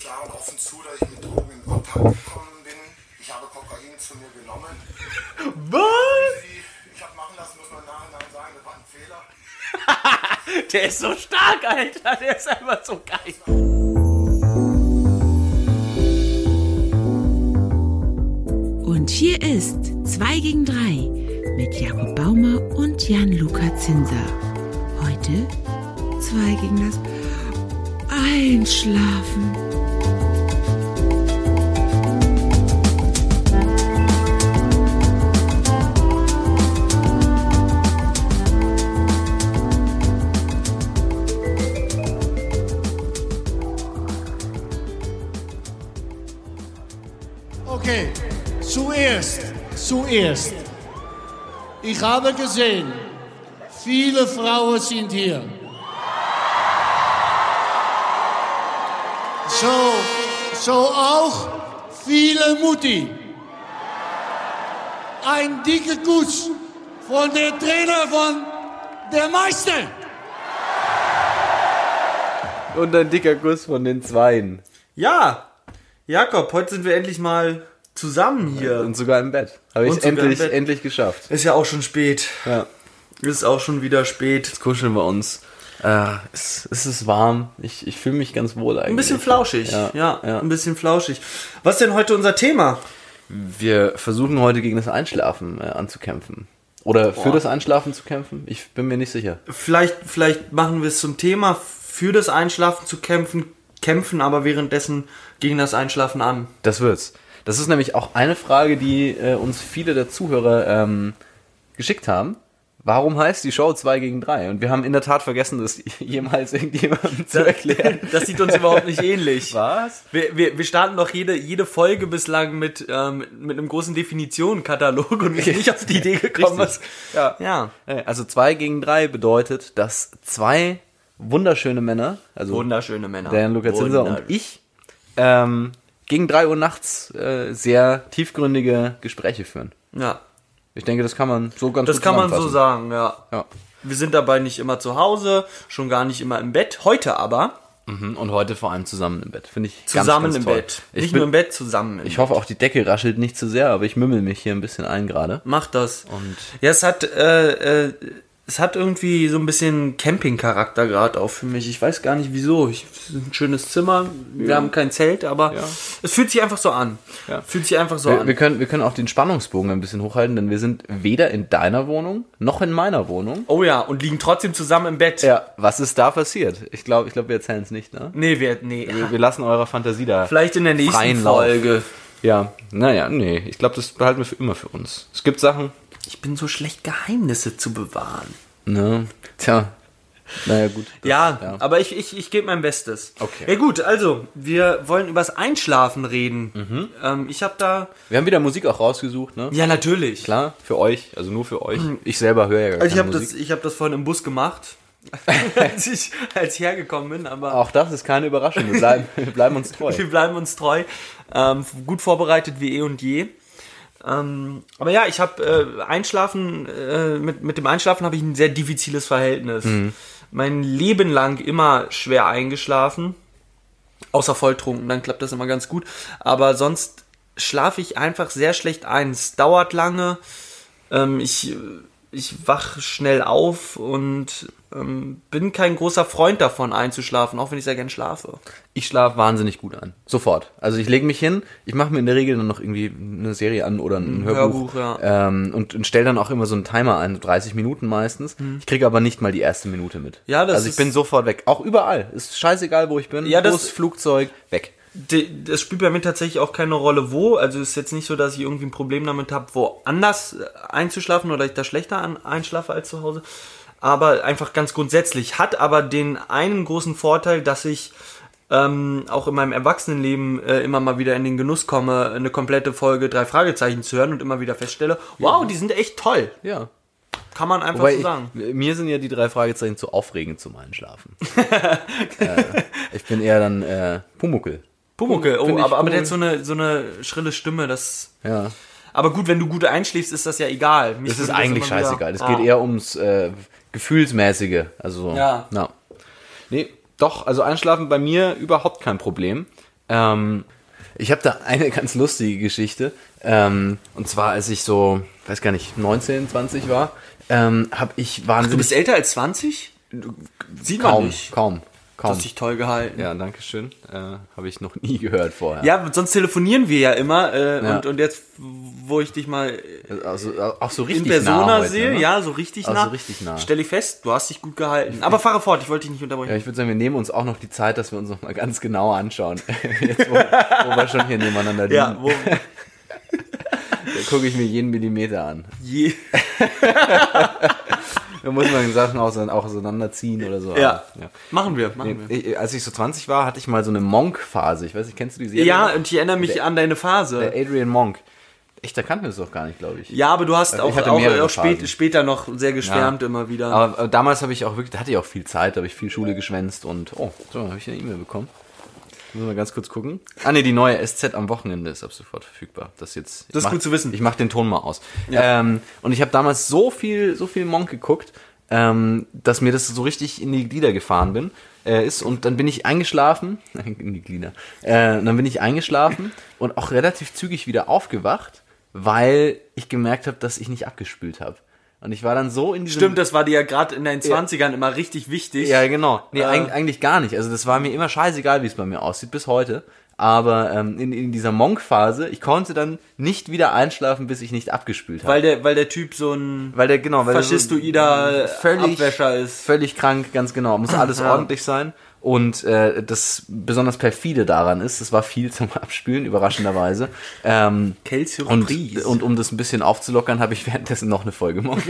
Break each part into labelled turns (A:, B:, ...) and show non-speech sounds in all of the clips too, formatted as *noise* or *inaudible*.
A: Jahren offen zu, dass ich mit Drogen in Kontakt gekommen bin. Ich habe Kokain zu mir genommen.
B: Was?
A: Ich habe machen lassen, muss man im Nachhinein sagen, das war ein Fehler.
B: Der ist so stark, Alter. Der ist einfach so geil.
C: Und hier ist 2 gegen 3 mit Jakob Baumer und Jan-Luca Zinser. Heute 2 gegen das Einschlafen.
D: Okay, zuerst, zuerst. Ich habe gesehen, viele Frauen sind hier. So, so auch viele Mutti. Ein dicker Kuss von der Trainer von der Meister.
E: Und ein dicker Kuss von den Zweien.
B: Ja, Jakob, heute sind wir endlich mal zusammen hier.
E: Und sogar im Bett. Habe
B: Und
E: ich
B: sogar im
E: endlich,
B: Bett.
E: endlich geschafft.
B: Ist ja auch schon spät.
E: Ja.
B: Ist auch schon wieder spät.
E: Jetzt kuscheln wir uns. Äh, es, es ist warm. Ich, ich fühle mich ganz wohl eigentlich.
B: Ein bisschen flauschig.
E: Ja,
B: ja,
E: ja.
B: ein bisschen flauschig. Was ist denn heute unser Thema?
E: Wir versuchen heute gegen das Einschlafen äh, anzukämpfen. Oder für
B: Boah.
E: das Einschlafen zu kämpfen? Ich bin mir nicht sicher.
B: Vielleicht, vielleicht machen wir es zum Thema, für das Einschlafen zu kämpfen, kämpfen aber währenddessen gegen das Einschlafen an.
E: Das wird's. Das ist nämlich auch eine Frage, die äh, uns viele der Zuhörer ähm, geschickt haben. Warum heißt die Show 2 gegen 3? Und wir haben in der Tat vergessen, das *laughs* jemals irgendjemandem zu erklären.
B: *laughs* Das sieht uns überhaupt nicht
E: *laughs*
B: ähnlich.
E: Was?
B: Wir, wir, wir starten doch jede, jede Folge bislang mit, ähm, mit einem großen Definitionenkatalog und wir sind nicht auf die Idee gekommen, was.
E: Richtig. Ja.
B: Ja.
E: Ey, Also 2 gegen 3 bedeutet, dass zwei wunderschöne Männer, also
B: Wunderschöne Männer.
E: Dan Luca Zinser und ich, ähm, gegen 3 Uhr nachts äh, sehr tiefgründige Gespräche führen.
B: Ja.
E: Ich denke, das kann man so ganz
B: Das
E: gut
B: kann man so
E: zusammenfassen.
B: sagen, ja. Wir sind dabei nicht immer zu Hause, schon gar nicht immer im Bett. Heute aber
E: Ja. Mhm. Und heute vor allem zusammen im Bett. Finde ich
B: zusammen
E: ganz, ganz
B: im
E: toll.
B: Bett.
E: Ich,
B: nicht
E: bin,
B: nur im Bett, zusammen im
E: ich hoffe auch, die Decke raschelt nicht zu sehr, aber ich mümmel mich hier ein bisschen ein gerade.
B: Macht das.
E: Und-
B: ja, es hat, äh, äh, es hat irgendwie so ein bisschen Camping-Charakter gerade auch für mich. Ich weiß gar nicht wieso. Ich, es ist ein schönes Zimmer. Wir haben kein Zelt, aber
E: Ja.
B: es fühlt sich einfach so an.
E: Ja.
B: Fühlt sich einfach so
E: Wir,
B: an.
E: wir, können, wir können auch den Spannungsbogen ein bisschen hochhalten, denn wir sind weder in deiner Wohnung noch in meiner Wohnung.
B: oh ja, und liegen trotzdem zusammen im Bett.
E: Ja, was ist da passiert? Ich glaube, ich glaub, wir erzählen es nicht, ne?
B: Nee, wir, nee.
E: Wir, wir lassen eurer Fantasie da.
B: Vielleicht in der nächsten
E: freien Lauf.
B: Folge.
E: Ja, naja, nee. Ich glaube, das behalten wir für immer für uns. Es gibt Sachen,
B: Ich bin so schlecht, Geheimnisse zu bewahren.
E: ne? Tja. Naja, gut.
B: *laughs*
E: Das,
B: Ja, aber ich, ich, ich gebe mein Bestes.
E: Okay.
B: Ja gut, also, wir wollen übers Einschlafen reden.
E: Mhm.
B: Ähm, ich habe da...
E: Wir haben wieder Musik auch rausgesucht, ne?
B: Ja, natürlich.
E: Klar, für euch, also nur für euch. Ich selber höre ja gar keine
B: Also ich habe
E: Musik.
B: das, ich hab das vorhin im Bus gemacht, *laughs* als ich, als ich hergekommen bin, aber
E: Auch das ist keine Überraschung. Wir bleiben, *laughs* wir bleiben uns treu.
B: wir bleiben uns treu. Ähm, gut vorbereitet wie eh und je. Ähm, aber ja, ich habe äh, Einschlafen, äh, mit, mit dem Einschlafen habe ich ein sehr diffiziles Verhältnis. Mein Leben lang immer schwer eingeschlafen. Außer volltrunken, dann klappt das immer ganz gut. Aber sonst schlafe ich einfach sehr schlecht ein. Es dauert lange. Ähm, ich, ich wach schnell auf und ähm, bin kein großer Freund davon einzuschlafen, auch wenn ich sehr gern schlafe.
E: Ich schlafe wahnsinnig gut an. Sofort. Also ich lege mich hin, ich mache mir in der Regel dann noch irgendwie eine Serie an oder ein Hörbuch.
B: Hörbuch, ja.
E: ähm, und und stelle dann auch immer so einen Timer ein, 30 Minuten meistens. Ich kriege aber nicht mal die erste Minute mit.
B: Mhm. Ja, das
E: also ich
B: ist-
E: bin sofort weg. Auch überall. Ist scheißegal, wo ich bin.
B: Ja, das-
E: Bus, Flugzeug, weg.
B: D- Das spielt bei mir tatsächlich auch keine Rolle, wo. Also ist jetzt nicht so, dass ich irgendwie ein Problem damit habe, woanders äh, einzuschlafen oder ich da schlechter an, einschlafe als zu Hause. Aber einfach ganz grundsätzlich. Hat aber den einen großen Vorteil, dass ich ähm, auch in meinem Erwachsenenleben äh, immer mal wieder in den Genuss komme, eine komplette Folge drei Fragezeichen zu hören und immer wieder feststelle, wow, die sind echt toll.
E: Ja.
B: Kann man einfach
E: Wobei
B: so sagen.
E: ich, mir sind ja die drei Fragezeichen zu aufregend zum
B: *laughs*
E: Einschlafen. äh, ich bin eher dann äh, Pumuckel.
B: Pumuckel, oh,
E: Find ich
B: aber, aber der
E: cool.
B: hat so eine, so eine schrille Stimme, das...
E: Ja.
B: Aber gut, wenn du gut einschläfst, ist das ja egal. Mich
E: Das ist
B: würde
E: eigentlich
B: immer wieder-
E: scheißegal. Es
B: Ah.
E: geht eher ums äh, Gefühlsmäßige. Also,
B: Ja.
E: na. Nee, doch, also einschlafen bei mir überhaupt kein Problem. Ähm, ich habe da eine *laughs* ganz lustige Geschichte. Ähm, und zwar, als ich so, weiß gar nicht, 19, 20 war, ähm, habe ich
B: Du
E: wahnsinnig.
B: Also bist älter als 20? Sieht man
E: kaum,
B: nicht.
E: kaum,
B: Du
E: kaum.
B: hast dich toll gehalten.
E: Ja, danke schön. Äh, habe ich noch nie gehört vorher.
B: Ja, sonst telefonieren wir ja immer. Äh,
E: Ja.
B: Und, und jetzt, wo ich dich mal äh,
E: Also, auch so
B: in
E: richtig nah
B: Persona
E: heute,
B: sehe,
E: ne?
B: ja, so richtig
E: Also
B: nah,
E: richtig nah.
B: stelle ich fest, du hast dich gut gehalten. Aber fahre fort, ich wollte dich nicht
E: Ja,
B: unterbrechen.
E: ich würde sagen, wir nehmen uns auch noch die Zeit, dass wir uns noch mal ganz genau anschauen. *laughs* Jetzt, wo, wo wir schon hier nebeneinander liegen,
B: Ja, wo
E: gucke ich mir jeden Millimeter an.
B: je,
E: Da muss man Sachen auch, auch auseinanderziehen oder so.
B: ja.
E: Aber, ja.
B: machen wir, machen wir.
E: Ich, als ich so 20 war, hatte ich mal so eine Monk-Phase. Ich weiß nicht, kennst du die Serie?
B: Ja,
E: noch?
B: und ich erinnere mich an deine
E: Der
B: Phase.
E: Adrian Monk. Echt, da kannten wir es doch gar nicht, glaube ich.
B: Ja, aber du hast auch,
E: hatte
B: auch,
E: mehrere
B: auch spät,
E: Phasen.
B: später noch sehr geschwärmt
E: Ja.
B: immer wieder.
E: Aber äh, damals habe ich auch wirklich, da hatte ich auch viel Zeit, da habe ich viel Schule geschwänzt und oh, so, habe ich eine E-Mail bekommen. Müssen wir ganz kurz gucken. Ah ne, die neue SZ am Wochenende ist ab sofort verfügbar. Das jetzt.
B: Das ist
E: ich
B: gut zu wissen.
E: Ich mache den Ton mal aus. Ähm, und ich habe damals so viel, so viel Monk geguckt, ähm, dass mir das so richtig in die Glieder gefahren bin, äh, ist. Und dann bin ich eingeschlafen. *laughs* In die Glieder. Äh, und dann bin ich eingeschlafen und auch relativ zügig wieder aufgewacht, weil ich gemerkt habe, dass ich nicht abgespült habe. Und ich war dann so in diesem
B: Stimmt, das war dir ja gerade in deinen 20ern immer richtig wichtig.
E: ja, genau. Nee,
B: Äh,
E: eig- eigentlich gar nicht. Also das war mir immer scheißegal, wie es bei mir aussieht, bis heute. Aber ähm, in, in dieser Monk-Phase, ich konnte dann nicht wieder einschlafen, bis ich nicht abgespült habe.
B: Weil der, weil der Typ so ein
E: Weil der, genau, weil der
B: faschistoider
E: völlig,
B: Abwäscher ist.
E: völlig krank, ganz genau. Muss
B: *laughs*
E: alles
B: Ja.
E: ordentlich sein. Und äh, das besonders perfide daran ist, es war viel *laughs* zum Abspülen, überraschenderweise. Ähm,
B: Calcium
E: und,
B: Freeze.
E: und um das ein bisschen aufzulockern, habe ich währenddessen noch eine
B: *laughs*
E: Folge Monk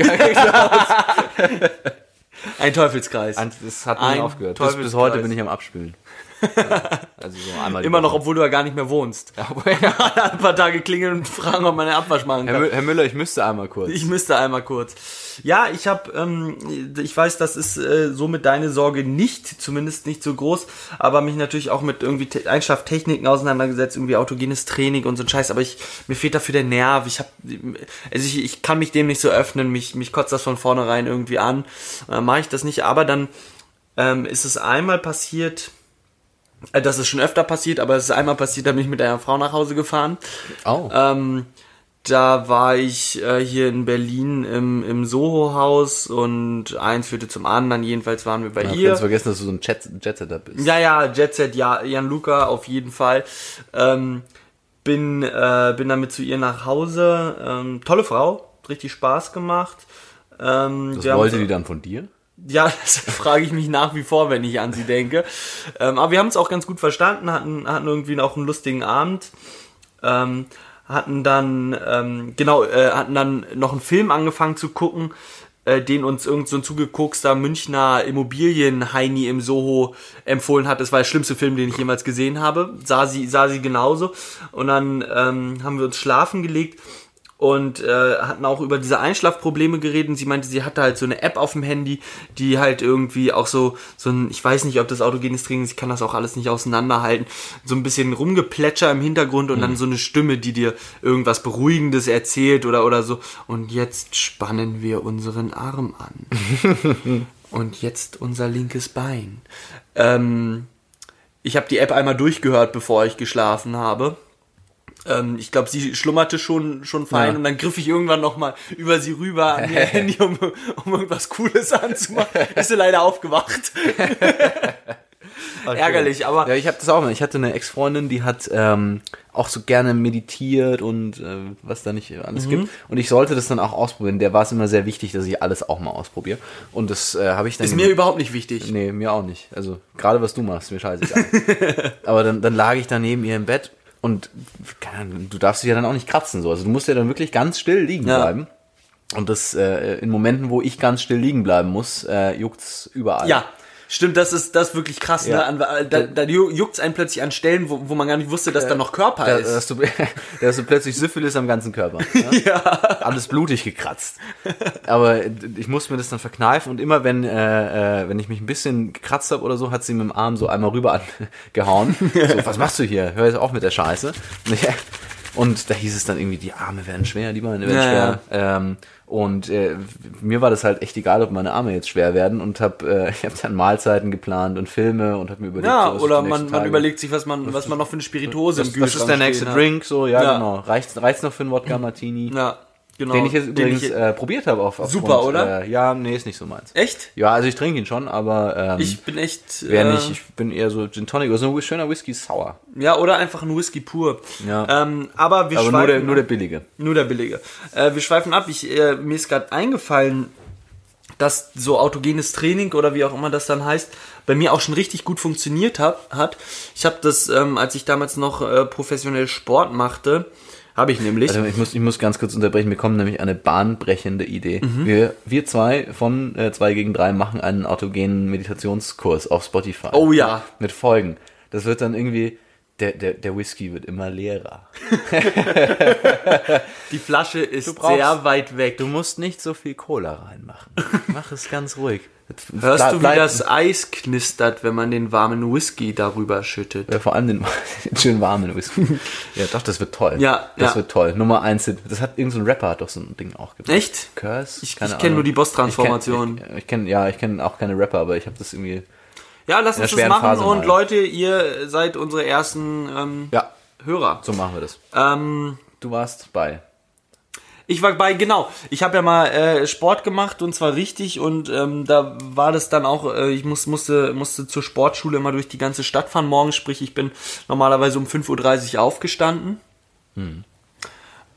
B: Ein Teufelskreis.
E: Das hat
B: Ein
E: nie aufgehört. Bis, bis heute bin ich
B: *laughs*
E: am Abspülen. Ja, also so einmal die
B: Immer noch,
E: Woche.
B: obwohl du ja gar nicht mehr wohnst. *laughs* Alle ein paar Tage klingeln und fragen, ob man den Abwasch machen
E: Herr,
B: kann.
E: Mü Herr Müller, ich müsste einmal kurz.
B: Ich müsste einmal kurz. Ja, ich habe, ähm, ich weiß, das ist äh, somit deine Sorge nicht, zumindest nicht so groß, aber mich natürlich auch mit irgendwie Te Einschlaftechniken auseinandergesetzt, irgendwie autogenes Training und so ein Scheiß. Aber ich mir fehlt dafür der Nerv. Ich habe, also ich, ich kann mich dem nicht so öffnen. Mich mich kotzt das von vornherein irgendwie an. Äh, Mache ich das nicht. Aber dann ähm, ist es einmal passiert. äh, Das ist schon öfter passiert, aber es ist einmal passiert, da bin ich mit einer Frau nach Hause gefahren.
E: oh.
B: Ähm, da war ich äh, hier in Berlin im, im Soho-Haus und eins führte zum anderen. Jedenfalls waren wir bei
E: ich hab ganz
B: ihr.
E: vergessen, dass du so ein Jet, Jet Setup bist.
B: Ja, ja, Jet Set, ja, Jan Luca auf jeden Fall. Ähm, bin, äh, bin damit zu ihr nach Hause. Ähm, tolle Frau, hat richtig Spaß gemacht. Ähm,
E: das
B: wir haben-
E: wollte die dann von dir?
B: ja, *laughs* das frage ich mich nach wie vor, wenn ich an sie denke. Ähm, aber wir haben es auch ganz gut verstanden, hatten, hatten irgendwie auch einen lustigen Abend. Ähm, hatten dann, ähm, genau, äh, hatten dann noch einen Film angefangen zu gucken, äh, den uns irgend so ein zugeguckster Münchner Immobilien-Heini im Soho empfohlen hat. Das war der schlimmste Film, den ich jemals gesehen habe. Sah sie, sah sie genauso. Und dann ähm, haben wir uns schlafen gelegt und äh, hatten auch über diese Einschlafprobleme geredet. Und sie meinte, sie hatte halt so eine App auf dem Handy, die halt irgendwie auch so so ein, ich weiß nicht, ob das autogenes Training ist, ich kann das auch alles nicht auseinanderhalten, so ein bisschen rumgeplätscher im Hintergrund und dann so eine Stimme, die dir irgendwas Beruhigendes erzählt oder oder so. Und jetzt spannen wir unseren Arm an und jetzt unser linkes Bein. Ähm, ich habe die App einmal durchgehört, bevor ich geschlafen habe. Ähm, ich glaube, sie schlummerte schon, schon fein
E: Ja.
B: und dann griff ich irgendwann nochmal über sie rüber an ihr
E: *laughs*
B: Handy, um, um irgendwas Cooles anzumachen. Ist sie leider aufgewacht. Ärgerlich, aber
E: Ja, ich habe das auch mal. Ich hatte eine Ex-Freundin, die hat ähm, auch so gerne meditiert und äh, was da nicht
B: Mhm.
E: alles gibt. Und ich sollte das dann auch ausprobieren. Der war es immer sehr wichtig, dass ich alles auch mal ausprobiere. Und das äh, habe ich dann
B: ist mir überhaupt nicht wichtig.
E: Nee, mir auch nicht. Also gerade was du machst, mir scheißegal.
B: *laughs*
E: Aber dann, dann lag ich dann neben ihr im Bett und keine Ahnung, du darfst dich ja dann auch nicht kratzen. So. Also du musst ja dann wirklich ganz still liegen
B: Ja.
E: bleiben. Und das äh, in Momenten, wo ich ganz still liegen bleiben muss, äh, juckt's überall.
B: Ja, stimmt, das ist das ist wirklich krass.
E: Ja.
B: Ne? An, da da ju- juckt's einen plötzlich an Stellen, wo, wo man gar nicht wusste, dass da noch Körper
E: Da,
B: ist.
E: Äh, dass, du, *laughs* dass du plötzlich Syphilis am
B: *laughs*
E: ganzen Körper. Ja? Alles blutig gekratzt. Aber ich muss mir das dann verkneifen und immer wenn, äh, äh, wenn ich mich ein bisschen gekratzt habe oder so, hat sie mit
B: *laughs*
E: *laughs* dem Arm so einmal rüber angehauen. So, was machst du hier? Hör jetzt auf mit der Scheiße. Und ich, *laughs* Und da hieß es dann irgendwie, die Arme werden schwer, die Beine werden
B: Ja,
E: schwer. Ähm, und äh, mir war das halt echt egal, ob meine Arme jetzt schwer werden und hab, äh, *laughs* ich habe dann Mahlzeiten geplant und Filme und habe mir überlegt,
B: Ja,
E: so, was ich
B: oder man,
E: die nächsten
B: man
E: Tage-
B: überlegt sich, was man, was man noch für eine Spirituose
E: das,
B: im Kühlschrank
E: das ist der nächste
B: stehen hat.
E: Drink, so, ja,
B: Ja.
E: genau. Reicht reicht's noch für einen Wodka Martini?
B: Ja, genau.
E: Den ich jetzt übrigens
B: ich-
E: äh, probiert habe auf, auf
B: Super, oder?
E: Äh, ja, nee, ist nicht so meins.
B: echt?
E: Ja, also ich trinke ihn schon, aber ähm,
B: Ich bin echt.
E: wer
B: äh,
E: nicht, ich bin eher so Gin Tonic oder so ein schöner Whisky Sour.
B: Ja, oder einfach ein Whisky pur.
E: Ja.
B: Ähm, aber wir
E: Aber
B: schweifen
E: nur der, nur der
B: ab.
E: billige.
B: nur der billige. Äh, wir schweifen ab. Ich, äh, mir ist gerade eingefallen, dass so autogenes Training oder wie auch immer das dann heißt, bei mir auch schon richtig gut funktioniert hab, hat. Ich habe das, ähm, als ich damals noch äh, professionell Sport machte, habe ich nämlich.
E: Also ich muss, ich muss ganz kurz unterbrechen, wir kommen nämlich eine bahnbrechende Idee.
B: Mhm.
E: Wir, wir zwei von 2 gegen 3 machen einen autogenen Meditationskurs auf Spotify.
B: Oh ja.
E: Mit Folgen. Das wird dann irgendwie, der, der, der Whisky wird immer leerer.
B: die Flasche ist
E: brauchst-
B: sehr weit weg.
E: Du musst nicht so viel Cola
B: *laughs*
E: reinmachen. Mach es ganz ruhig.
B: Hörst
E: Ble-
B: du, wie
E: bleib-
B: das Eis knistert, wenn man den warmen Whisky darüber schüttet?
E: Ja, vor allem den, *laughs* den schön
B: *laughs*
E: warmen Whisky. ja, doch, das wird toll.
B: Ja,
E: Das
B: ja.
E: wird toll. Nummer eins, Hit. das hat irgendein so ein Rapper hat doch so ein Ding auch gemacht.
B: Echt?
E: Curse?
B: Ich-
E: Keine
B: ich kenn nur
E: Ahnung.
B: die Boss-Transformation.
E: Ich kenn- Ich, ich kenn, ja, ich kenne auch keine Rapper, aber ich habe das irgendwie.
B: Ja, lasst
E: In
B: uns
E: der
B: das
E: schweren
B: machen
E: Phase
B: und
E: mal.
B: Leute, ihr seid unsere ersten ähm,
E: Ja,
B: Hörer.
E: so machen wir das.
B: Ähm,
E: Du warst bei.
B: ich war bei, genau, ich habe ja mal äh, Sport gemacht und zwar richtig und ähm, da war das dann auch, äh, ich muss, musste, musste zur Sportschule immer durch die ganze Stadt fahren morgens, sprich ich bin normalerweise um 5.30 Uhr aufgestanden.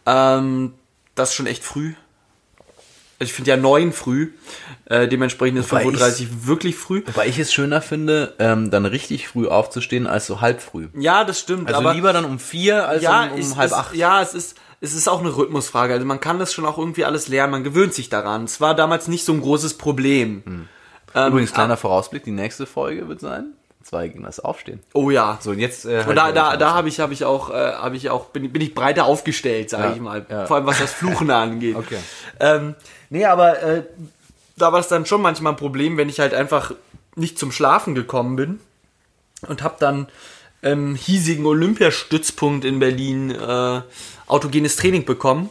B: Ähm, das ist schon echt früh. Also ich finde ja 9 früh, äh, dementsprechend ist
E: Wobei ich-
B: 5.30 Uhr wirklich früh.
E: Wobei ich es schöner finde, ähm, dann richtig früh aufzustehen als so halb früh.
B: Ja, das stimmt,
E: Also
B: aber
E: lieber dann um vier als
B: ja,
E: um, um
B: es,
E: halb
B: es,
E: acht.
B: Ja, es ist, es ist auch eine Rhythmusfrage. Also man kann das schon auch irgendwie alles lernen, man gewöhnt sich daran. Es war damals nicht so ein großes Problem. Ähm,
E: Übrigens, kleiner Vorausblick, die nächste Folge wird sein. Zwei gegen das Aufstehen.
B: Oh ja.
E: So, und jetzt. Äh,
B: und da, da, da
E: habe
B: habe ich, habe ich auch, äh, habe ich auch, bin, bin ich breiter aufgestellt, sage
E: Ja,
B: ich mal.
E: ja.
B: Vor allem was das
E: *laughs*
B: Fluchen angeht.
E: Okay.
B: Ähm, nee, aber äh, da war es dann schon manchmal ein Problem, wenn ich halt einfach nicht zum Schlafen gekommen bin und habe dann im hiesigen Olympiastützpunkt in Berlin äh, autogenes Training bekommen.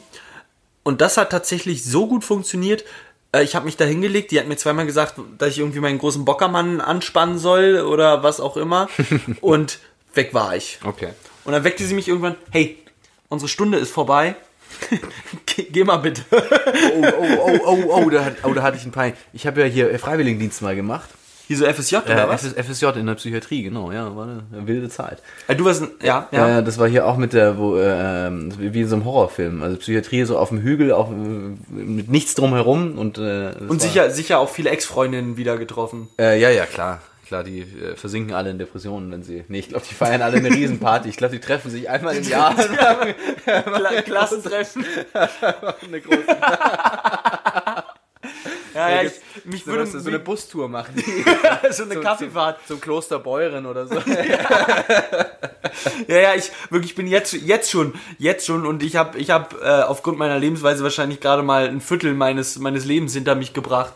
B: Und das hat tatsächlich so gut funktioniert. Äh, Ich habe mich da hingelegt, die hat mir zweimal gesagt, dass ich irgendwie meinen großen Bockermann anspannen soll oder was auch
E: *laughs*
B: immer. und weg war ich.
E: Okay.
B: Und dann weckte sie mich irgendwann, hey, unsere Stunde ist vorbei. *laughs* Geh- Geh mal bitte.
E: oh, oh, oh, oh, oh, da, hat, oh, da hatte ich ein paar. Ich habe ja hier äh, Freiwilligendienst mal gemacht.
B: Hier so FSJ oder
E: Äh,
B: was?
E: FS, FSJ in der Psychiatrie, genau, ja, war eine wilde Zeit.
B: Äh, du warst, ein- ja, ja.
E: Äh, das war hier auch mit der, wo, ähm, wie in so einem Horrorfilm. Also Psychiatrie so auf dem Hügel, auf, äh, mit nichts drumherum und. Äh, das
B: Und
E: war-
B: sicher, sicher auch viele Ex-Freundinnen wieder getroffen.
E: Äh, ja, ja, klar. Klar, die äh, versinken alle in Depressionen, wenn sie. Nee, ich glaube, die feiern alle eine Riesenparty. Ich glaube, die treffen sich einmal im *laughs* Jahr.
B: Kla Klassentreffen.
E: *laughs* eine große,
B: *laughs* Ja, ja,
E: ich-
B: ich, mich würde
E: so eine Bustour machen.
B: *laughs* so eine Kaffeefahrt.
E: Zum Kloster Beuren oder so.
B: *laughs* Ja, ja, ich wirklich bin jetzt jetzt schon, jetzt schon und ich habe ich habe äh, aufgrund meiner Lebensweise wahrscheinlich gerade mal ein Viertel meines meines Lebens hinter mich gebracht.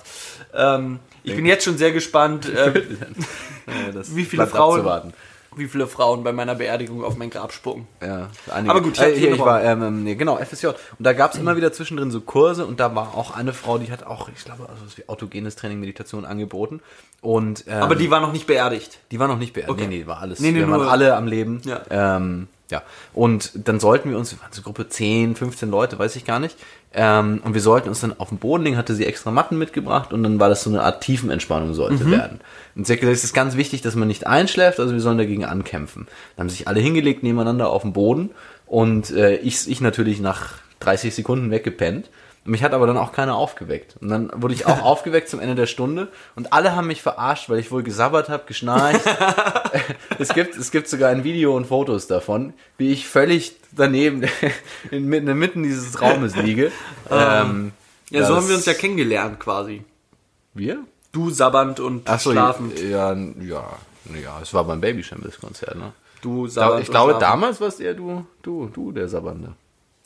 B: Ähm, ich bin jetzt schon sehr gespannt, äh,
E: *laughs* Ja, das
B: *laughs* Wie viele
E: bleibt
B: Frauen-
E: abzuwarten.
B: wie viele Frauen bei meiner Beerdigung auf mein Grab spucken.
E: Ja, einige.
B: Aber gut, ich
E: ich,
B: hab
E: äh, hier, ich
B: Themen
E: war, ähm, ähm, nee, genau, FSJ. Und da gab es immer wieder zwischendrin so Kurse und da war auch eine Frau, die hat auch, ich glaube, also was wie autogenes Training, Meditation angeboten. Und, ähm,
B: Aber die war noch nicht beerdigt.
E: die war noch nicht beerdigt.
B: Okay.
E: Nee, nee, war alles.
B: Nee, nee,
E: wir waren
B: nur-
E: alle am Leben.
B: Ja.
E: Ähm, ja. Und dann sollten wir uns, wir waren so Gruppe 10, 15 Leute, weiß ich gar nicht. Ähm, und wir sollten uns dann auf dem Boden legen, hatte sie extra Matten mitgebracht und dann war das so eine Art Tiefenentspannung sollte werden. Und sie hat gesagt, es ist ganz wichtig, dass man nicht einschläft, also wir sollen dagegen ankämpfen. Dann haben sich alle hingelegt nebeneinander auf dem Boden und äh, ich, ich natürlich nach 30 Sekunden weggepennt. Mich hat aber dann auch keiner aufgeweckt. Und dann wurde ich auch aufgeweckt zum Ende der Stunde und alle haben mich verarscht, weil ich wohl gesabbert habe, geschnarcht. es, gibt, es gibt sogar ein Video und Fotos davon, wie ich völlig daneben *laughs* in, inmitten dieses Raumes liege. *laughs* ähm,
B: Ja, so
E: das-
B: haben wir uns ja kennengelernt quasi.
E: Wir?
B: Du sabbernd und
E: Ach so,
B: schlafend.
E: Ja, ja, ja, es war beim Baby Shambles Konzert, ne?
B: Du
E: Da,
B: sabbernd.
E: ich glaube,
B: und schlafend.
E: damals warst eher du, du, du der Sabbernde.